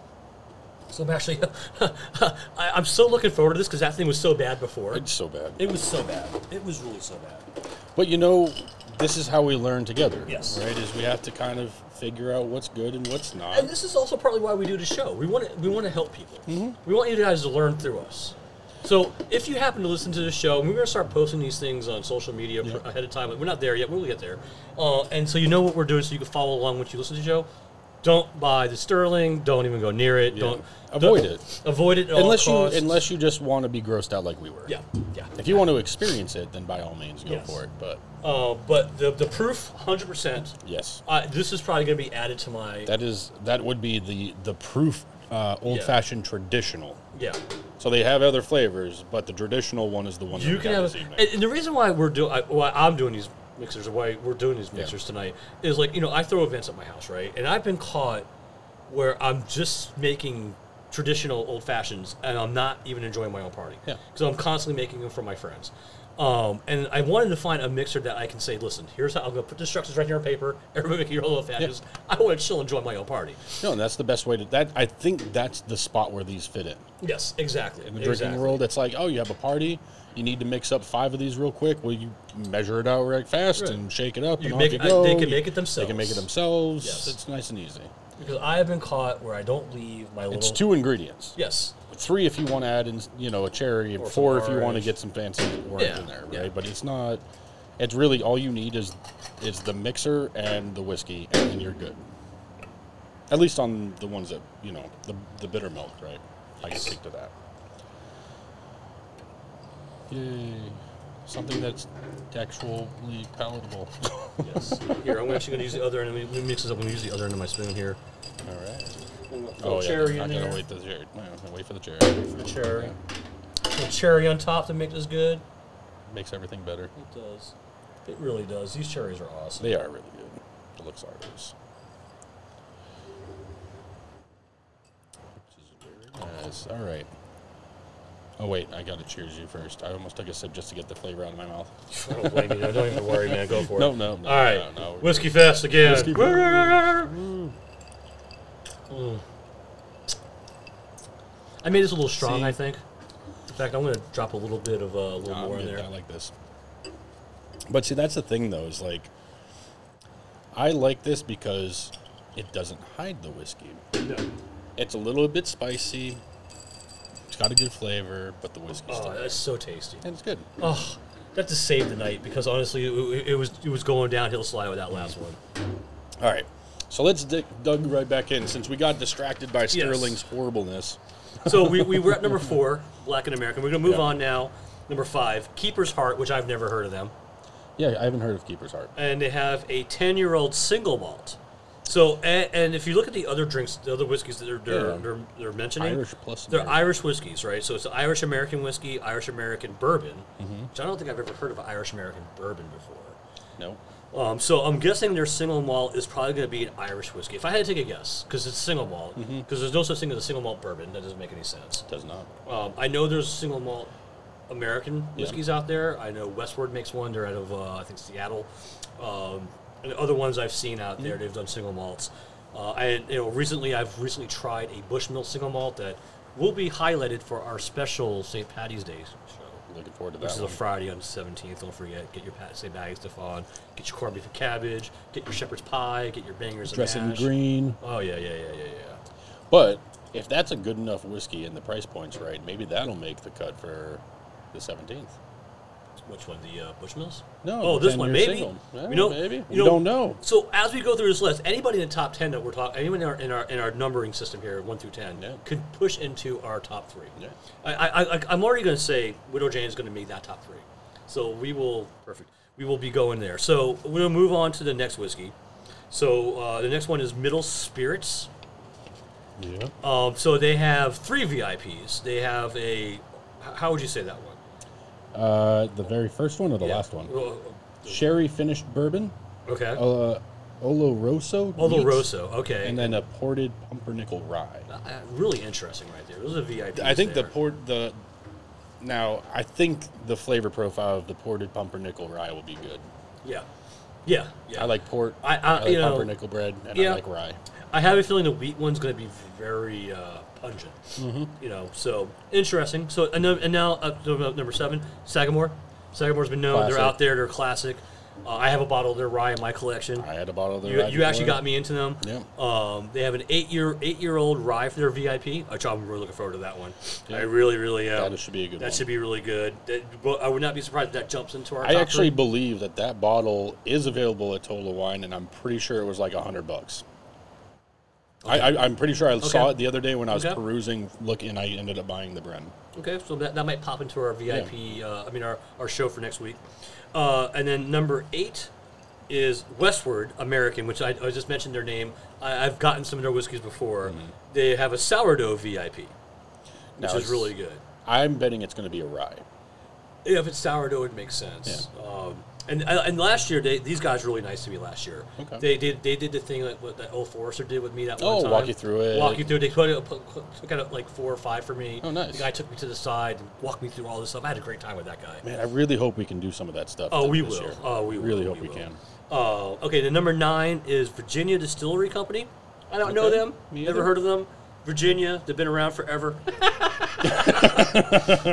Speaker 2: So I'm actually, I, I'm so looking forward to this because that thing was so bad before.
Speaker 1: It's so bad.
Speaker 2: It was so bad. It was really so bad.
Speaker 1: But you know, this is how we learn together.
Speaker 2: Yes.
Speaker 1: Right? Is we have to kind of figure out what's good and what's not.
Speaker 2: And this is also partly why we do the show. We want to we want to help people.
Speaker 1: Mm-hmm.
Speaker 2: We want you guys to learn through us. So if you happen to listen to the show, and we're going to start posting these things on social media pr- ahead of time. We're not there yet. We'll get there. Uh, and so you know what we're doing, so you can follow along once you listen to the show. Don't buy the Sterling. Don't even go near it. Don't
Speaker 1: Avoid
Speaker 2: don't-
Speaker 1: it.
Speaker 2: Avoid it at
Speaker 1: unless you
Speaker 2: all costs.
Speaker 1: unless you just want to be grossed out like we were.
Speaker 2: yeah, yeah.
Speaker 1: If you want to experience it, then by all means go
Speaker 2: Yes.
Speaker 1: for it. But
Speaker 2: Uh, but the the proof, hundred percent.
Speaker 1: yes.
Speaker 2: Uh, this is probably going to be added to my
Speaker 1: That is that would be the the proof uh, old fashioned traditional.
Speaker 2: yeah.
Speaker 1: So they have other flavors, but the traditional one is the one that
Speaker 2: You
Speaker 1: we
Speaker 2: can
Speaker 1: got
Speaker 2: have,
Speaker 1: this evening.
Speaker 2: and and the reason why we're doing, why I'm doing these mixers, or why we're doing these mixers tonight, is like you know I throw events at my house, right? And I've been caught where I'm just making traditional old fashions, and I'm not even enjoying my own party
Speaker 1: Yeah.
Speaker 2: because I'm constantly making them for my friends. Um, and I wanted to find a mixer that I can say, listen, here's how I'm going to put the instructions right here on paper. Everybody make your own old fashions. I want to chill, enjoy my own party.
Speaker 1: No, and that's the best way to that I think that's the spot where these fit in.
Speaker 2: Yes, exactly.
Speaker 1: in the drinking
Speaker 2: exactly.
Speaker 1: world that's like, oh, you have a party, you need to mix up five of these real quick. Well, you measure it out right fast
Speaker 2: Right.
Speaker 1: and shake it up.
Speaker 2: You
Speaker 1: and
Speaker 2: make-
Speaker 1: off
Speaker 2: uh,
Speaker 1: you go.
Speaker 2: they can
Speaker 1: You-
Speaker 2: make it
Speaker 1: They can make it
Speaker 2: themselves.
Speaker 1: themselves.
Speaker 2: Yes.
Speaker 1: It's nice and easy.
Speaker 2: Because I have been caught where I don't leave my
Speaker 1: It's
Speaker 2: little.
Speaker 1: two ingredients.
Speaker 2: yes.
Speaker 1: Three if you want to add in, you know, a cherry, and
Speaker 2: Or some
Speaker 1: four if you want to
Speaker 2: orange.
Speaker 1: get some fancy orange
Speaker 2: Yeah,
Speaker 1: in there, right?
Speaker 2: yeah.
Speaker 1: But it's not. It's really all you need is is the mixer and the whiskey, and then you're good. At least on the ones that you know, the the bitter milk, right? I can
Speaker 2: Yes.
Speaker 1: stick to that. Yay! Something that's actually palatable. all
Speaker 2: Yes. Here, I'm actually going to use the other end. Let me mix this up. I'm going to use the other end of my spoon here.
Speaker 1: right.
Speaker 2: Little
Speaker 3: Oh,
Speaker 2: cherry
Speaker 1: I
Speaker 2: in
Speaker 1: gotta
Speaker 2: there.
Speaker 1: wait for the cherry. I gotta wait for the cherry.
Speaker 2: The cherry. Little cherry on top to make this good.
Speaker 1: Makes everything better.
Speaker 2: It does. It really does. These cherries are awesome.
Speaker 1: They are really good. It looks like it is. Jesus. All right. Oh, wait. I got to cheers you first. I almost took a sip just to get the flavor out of my mouth.
Speaker 3: I don't blame you. No, don't even worry, man. Go for it.
Speaker 1: No, no, no.
Speaker 3: All right.
Speaker 1: No, no.
Speaker 2: Whiskey Fest again.
Speaker 1: Whiskey Fest.
Speaker 2: Mm. I made this a little strong,
Speaker 1: See?
Speaker 2: I think. In fact, I'm going to drop a little bit of uh, a little
Speaker 1: Nah, I'm
Speaker 2: more in
Speaker 1: good.
Speaker 2: there.
Speaker 1: I like this. But see, that's the thing, though, is like, I like this because it doesn't hide the whiskey. It's a little bit spicy. It's got a good flavor, but the whiskey's
Speaker 2: Oh,
Speaker 1: still.
Speaker 2: that's so tasty.
Speaker 1: And it's good.
Speaker 2: Oh, that just saved the night because honestly, it, it was it was going downhill slide with that last one.
Speaker 1: All right. So let's dig, dug right back in since we got distracted by Sterling's horribleness.
Speaker 2: So we, we were at number four, Black and American. We're going to move
Speaker 1: Yeah.
Speaker 2: on now. Number five, Keeper's Heart, which I've never heard of them.
Speaker 1: Yeah, I haven't heard of Keeper's Heart.
Speaker 2: and they have a 10 year old single malt. So, and, and if you look at the other drinks, the other whiskeys that they're, they're,
Speaker 1: Yeah.
Speaker 2: they're, they're mentioning,
Speaker 1: Irish plus
Speaker 2: they're
Speaker 1: American.
Speaker 2: Irish whiskeys, right? So it's Irish American whiskey, Irish American bourbon,
Speaker 1: Mm-hmm.
Speaker 2: which I don't think I've ever heard of Irish American bourbon before.
Speaker 1: No.
Speaker 2: Um, so I'm guessing their single malt is probably going to be an Irish whiskey. If I had to take a guess, because it's single malt, because there's no such thing as a single malt bourbon, that doesn't make any sense.
Speaker 1: Does not.
Speaker 2: Um, I know there's single malt American
Speaker 1: Yeah.
Speaker 2: whiskeys out there. I know Westward makes one. They're out of uh, I think Seattle. Um, and the other ones I've seen out there, they've done single malts. Uh, I you know recently I've recently tried a Bushmill single malt that will be highlighted for our special St. Patty's Day show,
Speaker 1: Looking forward to
Speaker 2: which
Speaker 1: that
Speaker 2: is a
Speaker 1: one.
Speaker 2: Friday on the 17th. Don't forget, get your Pat- St. Patty's stuff on, get your corned beef and cabbage, get your shepherd's pie, get your bangers
Speaker 1: Dress
Speaker 2: and
Speaker 1: in
Speaker 2: mash.
Speaker 1: green.
Speaker 2: Oh yeah, yeah, yeah, yeah, yeah.
Speaker 1: But if that's a good enough whiskey and the price point's right, maybe that'll make the cut for the 17th.
Speaker 2: Which one? The uh, Bushmills?
Speaker 1: No,
Speaker 2: Oh,
Speaker 1: the
Speaker 2: this one,
Speaker 1: 10-year
Speaker 2: maybe.
Speaker 1: single. Yeah,
Speaker 2: you know,
Speaker 1: maybe.
Speaker 2: You
Speaker 1: We
Speaker 2: know,
Speaker 1: don't know.
Speaker 2: So as we go through this list, anybody in the top ten that we're talking, anyone in our, in our in our numbering system here, one through ten,
Speaker 1: Yeah.
Speaker 2: could push into our top three.
Speaker 1: Yeah.
Speaker 2: I, I, I, I'm already going to say Widow Jane is going to be that top three. So we will perfect. We will be going there. So we're going to move on to the next whiskey. So uh, the next one is Middle Spirits.
Speaker 1: Yeah.
Speaker 2: Um, so they have three VIPs. They have a. h- How would you say that one?
Speaker 1: Uh, the very first one or the
Speaker 2: Yeah.
Speaker 1: last one?
Speaker 2: Uh,
Speaker 1: Sherry finished bourbon,
Speaker 2: Okay.
Speaker 1: uh, Oloroso. wheat,
Speaker 2: Oloroso. Okay.
Speaker 1: And then a ported pumpernickel rye.
Speaker 2: Uh, really interesting right there. Those are VIP.
Speaker 1: I think the port the now I think the flavor profile of the ported pumpernickel rye will be good.
Speaker 2: yeah, yeah, yeah.
Speaker 1: I like port.
Speaker 2: I- I-
Speaker 1: like
Speaker 2: you know,
Speaker 1: pumpernickel bread, and
Speaker 2: yeah.
Speaker 1: I like rye.
Speaker 2: I have a feeling the wheat one's going to be very uh, pungent.
Speaker 1: Mm-hmm.
Speaker 2: You know, so interesting. So and, then- and now uh, number number seven, Sagamore. Sagamore's been known. They're
Speaker 1: Classic.
Speaker 2: out there. They're classic. Uh, I have a bottle of their rye in my collection.
Speaker 1: I had a bottle of the
Speaker 2: You, you actually got me into them.
Speaker 1: Yeah.
Speaker 2: Um, they have an eight year eight year old rye for their VIP. Which I'm really looking forward to that one.
Speaker 1: Yeah.
Speaker 2: I really really am.
Speaker 1: That should be a good
Speaker 2: That
Speaker 1: one.
Speaker 2: should be really good. That- well, I would not be surprised if that jumps into our.
Speaker 1: I
Speaker 2: top
Speaker 1: actually
Speaker 2: three.
Speaker 1: believe that that bottle is available at Total Wine, and I'm pretty sure it was like a hundred bucks. I, I, I'm pretty sure I saw
Speaker 2: Okay.
Speaker 1: it the other day when I was
Speaker 2: Okay.
Speaker 1: perusing. Look, and I ended up buying the Bren.
Speaker 2: Okay, so that, that might pop into our VIP, uh, I mean, our, our show for next week. Uh, and then number eight is Westward American, which I, I just mentioned their name. I, I've gotten some of their whiskeys before.
Speaker 1: Mm-hmm.
Speaker 2: They have a sourdough VIP, which
Speaker 1: Now
Speaker 2: is
Speaker 1: it's-
Speaker 2: really good.
Speaker 1: I'm betting it's going to be a rye.
Speaker 2: If it's sourdough, it makes sense. Um, and and last year, they, these guys were really nice to me last year.
Speaker 1: Okay.
Speaker 2: They did they did the thing like what that old Forester did with me that one
Speaker 1: Oh,
Speaker 2: time.
Speaker 1: walk you through it.
Speaker 2: Walk you through. They put, it- put, put- took out like four or five for me.
Speaker 1: Oh, nice.
Speaker 2: The guy took me to the side and walked me through all this stuff. I had a great time with that guy.
Speaker 1: Man, I really hope we can do some of that stuff.
Speaker 2: Oh,
Speaker 1: th-
Speaker 2: we
Speaker 1: this
Speaker 2: will.
Speaker 1: year.
Speaker 2: Oh, we will.
Speaker 1: really hope we,
Speaker 2: will.
Speaker 1: can.
Speaker 2: Uh, okay, the number nine is Virginia Distillery Company. I don't know
Speaker 1: Okay.
Speaker 2: them.
Speaker 1: Me
Speaker 2: Never
Speaker 1: either.
Speaker 2: heard of them. Virginia, they've been around forever.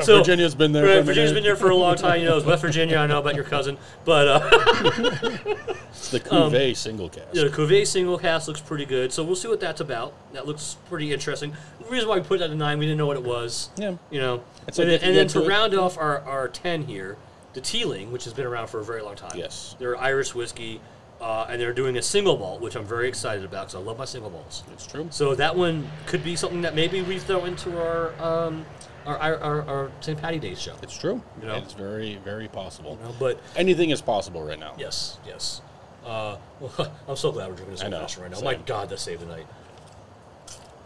Speaker 2: so,
Speaker 1: Virginia's been there.
Speaker 2: Right,
Speaker 1: from the
Speaker 2: Virginia's
Speaker 1: day-
Speaker 2: been there for a long time. You know, it's West Virginia. I know about your cousin, but uh,
Speaker 1: It's the Cuvée
Speaker 2: Um,
Speaker 1: single cast.
Speaker 2: you know, Cuvée single cast looks pretty good. So we'll see what that's about. That looks pretty interesting. The reason why we put that at nine, we didn't know what it was.
Speaker 1: Yeah.
Speaker 2: You know,
Speaker 1: It's
Speaker 2: and,
Speaker 1: okay
Speaker 2: then,
Speaker 1: if you
Speaker 2: and
Speaker 1: go
Speaker 2: then to
Speaker 1: to it.
Speaker 2: round off our, our ten here, the Teeling, which has been around for a very long time.
Speaker 1: Yes.
Speaker 2: they're Irish whiskey, uh, and they're doing a single malt, which I'm very excited about because I love my single malts.
Speaker 1: It's true.
Speaker 2: So that one could be something that maybe we throw into our um, our, our, our, our St. Patty Day show.
Speaker 1: It's true.
Speaker 2: You know?
Speaker 1: It's very, very possible.
Speaker 2: You know, but
Speaker 1: Anything is possible right now.
Speaker 2: Yes, yes. Uh, I'm so glad we're drinking this
Speaker 1: I
Speaker 2: old
Speaker 1: know,
Speaker 2: fashioned right now.
Speaker 1: same.
Speaker 2: My God, that saved the night.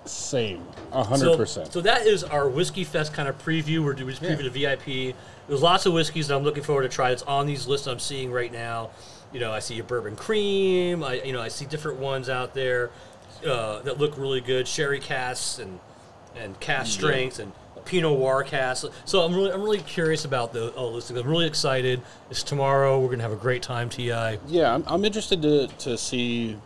Speaker 1: Same. A hundred
Speaker 2: So,
Speaker 1: percent.
Speaker 2: so that is our whiskey fest kind of preview. We're doing we just
Speaker 1: Yeah.
Speaker 2: preview the VIP. There's lots of whiskeys that I'm looking forward to try. It's on these lists I'm seeing right now. You know, I see a bourbon cream. I you know I see different ones out there uh, that look really good. Sherry casks and and cast strength and Pinot Noir cast. So I'm really I'm really curious about the all those things. I'm really excited. It's tomorrow. We're gonna have a great time. Ti.
Speaker 1: Yeah, I'm, I'm interested to, to see,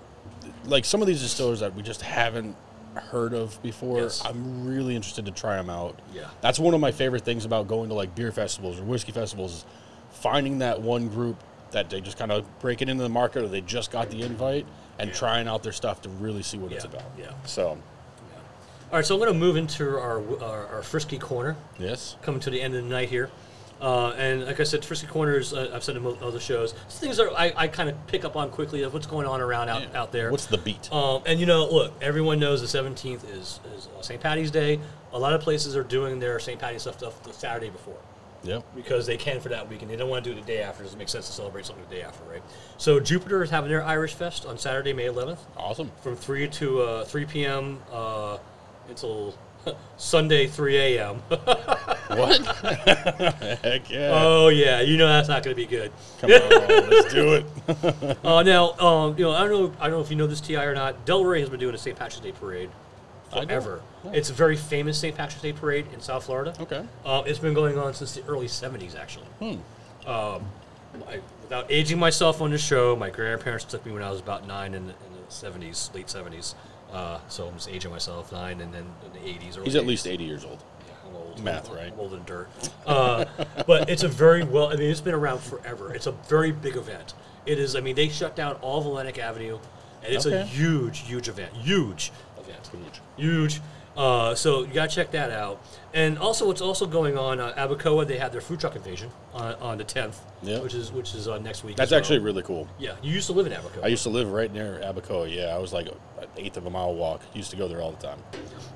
Speaker 1: like some of these distillers that we just haven't heard of before.
Speaker 2: Yes.
Speaker 1: I'm really interested to try them out.
Speaker 2: Yeah.
Speaker 1: that's one of my favorite things about going to like beer festivals or whiskey festivals is finding that one group that they just kind of break it into the market or they just got the invite and trying out their stuff to really see what it's
Speaker 2: Yeah,
Speaker 1: about.
Speaker 2: yeah.
Speaker 1: So,
Speaker 2: All right, so I'm gonna move into our our, our frisky corner.
Speaker 1: yes.
Speaker 2: coming to the end of the night here. Uh, and like I said, Frisky Corners, uh, I've said in mo- other shows, these things are I, I kind of pick up on quickly of what's going on around out, out there.
Speaker 1: What's the beat?
Speaker 2: um, and you know, look, everyone knows the 17th is, is uh, St. Patty's Day. A lot of places are doing their St. Patty's stuff the, the Saturday before
Speaker 1: yep.
Speaker 2: because they can for that weekend. They don't want to do it the day after. It doesn't make sense to celebrate something the day after, right? So Jupiter is having their Irish Fest on Saturday, May 11th
Speaker 1: Awesome.
Speaker 2: from 3 to uh, 3 p.m. Uh, until Sunday, 3 a.m.
Speaker 1: What? Heck yeah.
Speaker 2: Oh yeah, you know that's not going to be good.
Speaker 1: Come on, let's do it.
Speaker 2: Uh, now, um, you know, I don't know, I don't know if you know this Ti or not. Delray has been doing a St. Patrick's Day parade
Speaker 1: I don't.
Speaker 2: forever.
Speaker 1: Yeah.
Speaker 2: It's a very famous St. Patrick's Day parade in South Florida.
Speaker 1: Okay.
Speaker 2: uh, it's been going on since the early '70s, actually.
Speaker 1: Hmm.
Speaker 2: Um, I, without aging myself on the show, my grandparents took me when I was about nine in the, in the '70s, late '70s. Uh, so I'm just aging myself, nine, and then in the '80s. Early
Speaker 1: He's at
Speaker 2: 80s.
Speaker 1: least 80 years old.
Speaker 2: I'm old.
Speaker 1: Math,
Speaker 2: I'm
Speaker 1: right?
Speaker 2: old and dirt. Uh, but it's a very well. I mean, it's been around forever. It's a very big event. It is. I mean, they shut down all of Atlantic Avenue, and it's a
Speaker 1: Okay.
Speaker 2: huge, huge event. Huge event. Huge. Uh, so you gotta check that out. And also, what's also going on? Uh, Abacoa they had their food truck invasion on, on the 10th,
Speaker 1: Yeah.
Speaker 2: which is which is uh, next week.
Speaker 1: That's
Speaker 2: as well.
Speaker 1: actually really cool.
Speaker 2: Yeah, you used to live in Abacoa.
Speaker 1: I used to live right near Abacoa. Yeah, I was like an eighth of a mile walk. Used to go there all the time.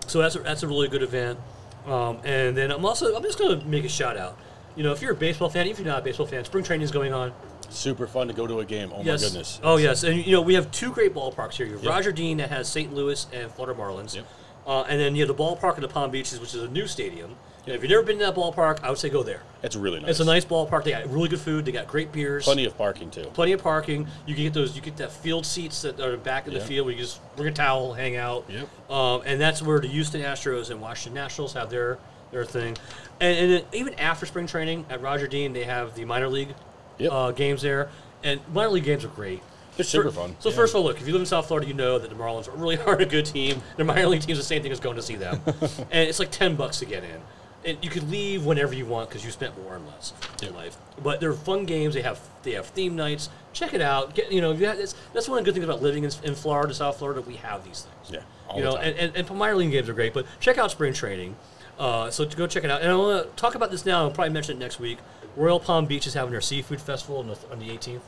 Speaker 2: So that's a, that's a really good event. Um, and then I'm also I'm just gonna make a shout out. You know, if you're a baseball fan, if you're not a baseball fan, spring training is going on.
Speaker 1: Super fun to go to a game. Oh
Speaker 2: yes.
Speaker 1: my goodness.
Speaker 2: Oh yes, and you know we have two great ballparks here. You have Roger Dean that has St. Louis and Florida Marlins,
Speaker 1: Yep.
Speaker 2: uh, and then you have the ballpark in the Palm Beaches, which is a new stadium. And if you've never been to that ballpark, I would say go there.
Speaker 1: It's really nice.
Speaker 2: It's a nice ballpark. They got really good food. They got great beers.
Speaker 1: Plenty of parking too.
Speaker 2: Plenty of parking. You can get those. You get that field seats that are back in the
Speaker 1: Yeah.
Speaker 2: field where you just bring a towel, hang out.
Speaker 1: Yep.
Speaker 2: Um, and that's where the Houston Astros and Washington Nationals have their their thing. And, and then even after spring training at Roger Dean, they have the minor league
Speaker 1: Yep.
Speaker 2: uh, games there. And minor league games are great.
Speaker 1: They're super
Speaker 2: Fir-
Speaker 1: fun.
Speaker 2: So
Speaker 1: Yeah.
Speaker 2: first of all, look, if you live in South Florida, you know that the Marlins really are a good team. Their minor league team's the same thing as going to see them, and it's like ten bucks to get in, and you could leave whenever you want because you spent more and less in life. But they're fun games. They have they have theme nights. Check it out. Get you know yeah, that's that's one of the good things about living in, in Florida, South Florida. We have these things.
Speaker 1: Yeah, all
Speaker 2: you
Speaker 1: the
Speaker 2: know,
Speaker 1: time.
Speaker 2: and, and and minor league games are great. But check out spring training. Uh, so to go check it out, and I want to talk about this now. I'll probably mention it next week. Royal Palm Beach is having their seafood festival on the, on the 18th.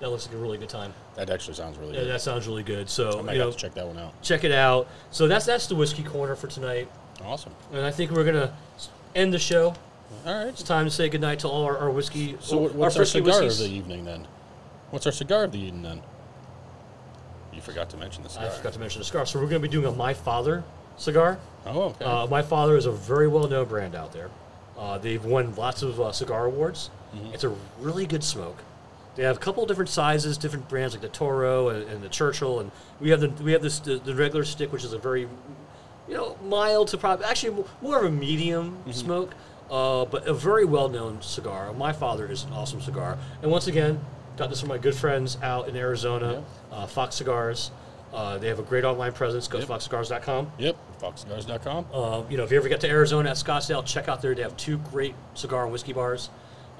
Speaker 2: That looks like a really good time.
Speaker 1: That actually sounds really
Speaker 2: Yeah,
Speaker 1: good.
Speaker 2: that sounds really good. So
Speaker 1: I might
Speaker 2: you know,
Speaker 1: have to check that one out.
Speaker 2: check it out. So that's that's the whiskey corner for tonight,
Speaker 1: Awesome.
Speaker 2: and I think we're gonna end the show.
Speaker 1: All right.
Speaker 2: It's time to say goodnight to all our, our whiskey.
Speaker 1: So what- what's our,
Speaker 2: frisky
Speaker 1: cigar
Speaker 2: whiskeys.
Speaker 1: of the evening then? What's our cigar of the evening then? You forgot to mention the cigar.
Speaker 2: I forgot to mention the cigar. So we're gonna be doing a My Father cigar.
Speaker 1: Oh, okay.
Speaker 2: Uh, My Father is a very well known brand out there. Uh, they've won lots of uh, cigar awards. It's a really good smoke. They have a couple different sizes, different brands like the Toro and, and the Churchill, and we have the we have this the, the regular stick, which is a very you know mild to probably actually mo- more of a medium smoke, uh, but a very well known cigar. My Father is an awesome cigar, and once again, got this from my good friends out in Arizona, uh, Fox Cigars. Uh, they have a great online presence. Go to foxcigars.com.
Speaker 1: yep. Foxcigars.com.
Speaker 2: Um, you know, if you ever get to Arizona at Scottsdale, check out there. They have two great cigar and whiskey bars.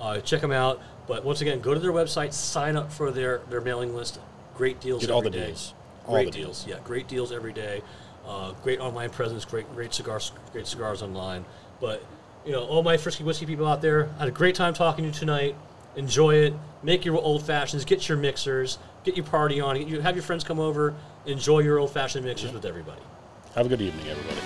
Speaker 2: Uh, check them out. But once again, go to their website, sign up for their, their mailing list. Great deals.
Speaker 1: Get all
Speaker 2: every
Speaker 1: the
Speaker 2: day.
Speaker 1: deals. All
Speaker 2: Great
Speaker 1: the
Speaker 2: deals. Yeah, great deals every day. Uh, great online presence. Great great cigars. Great cigars online. But you know, all my frisky whiskey people out there, I had a great time talking to you tonight. Enjoy it. Make your old fashions. Get your mixers. Get your party on. Get you have your friends come over. Enjoy your old fashioned mixers with everybody.
Speaker 1: Have a good evening, everybody.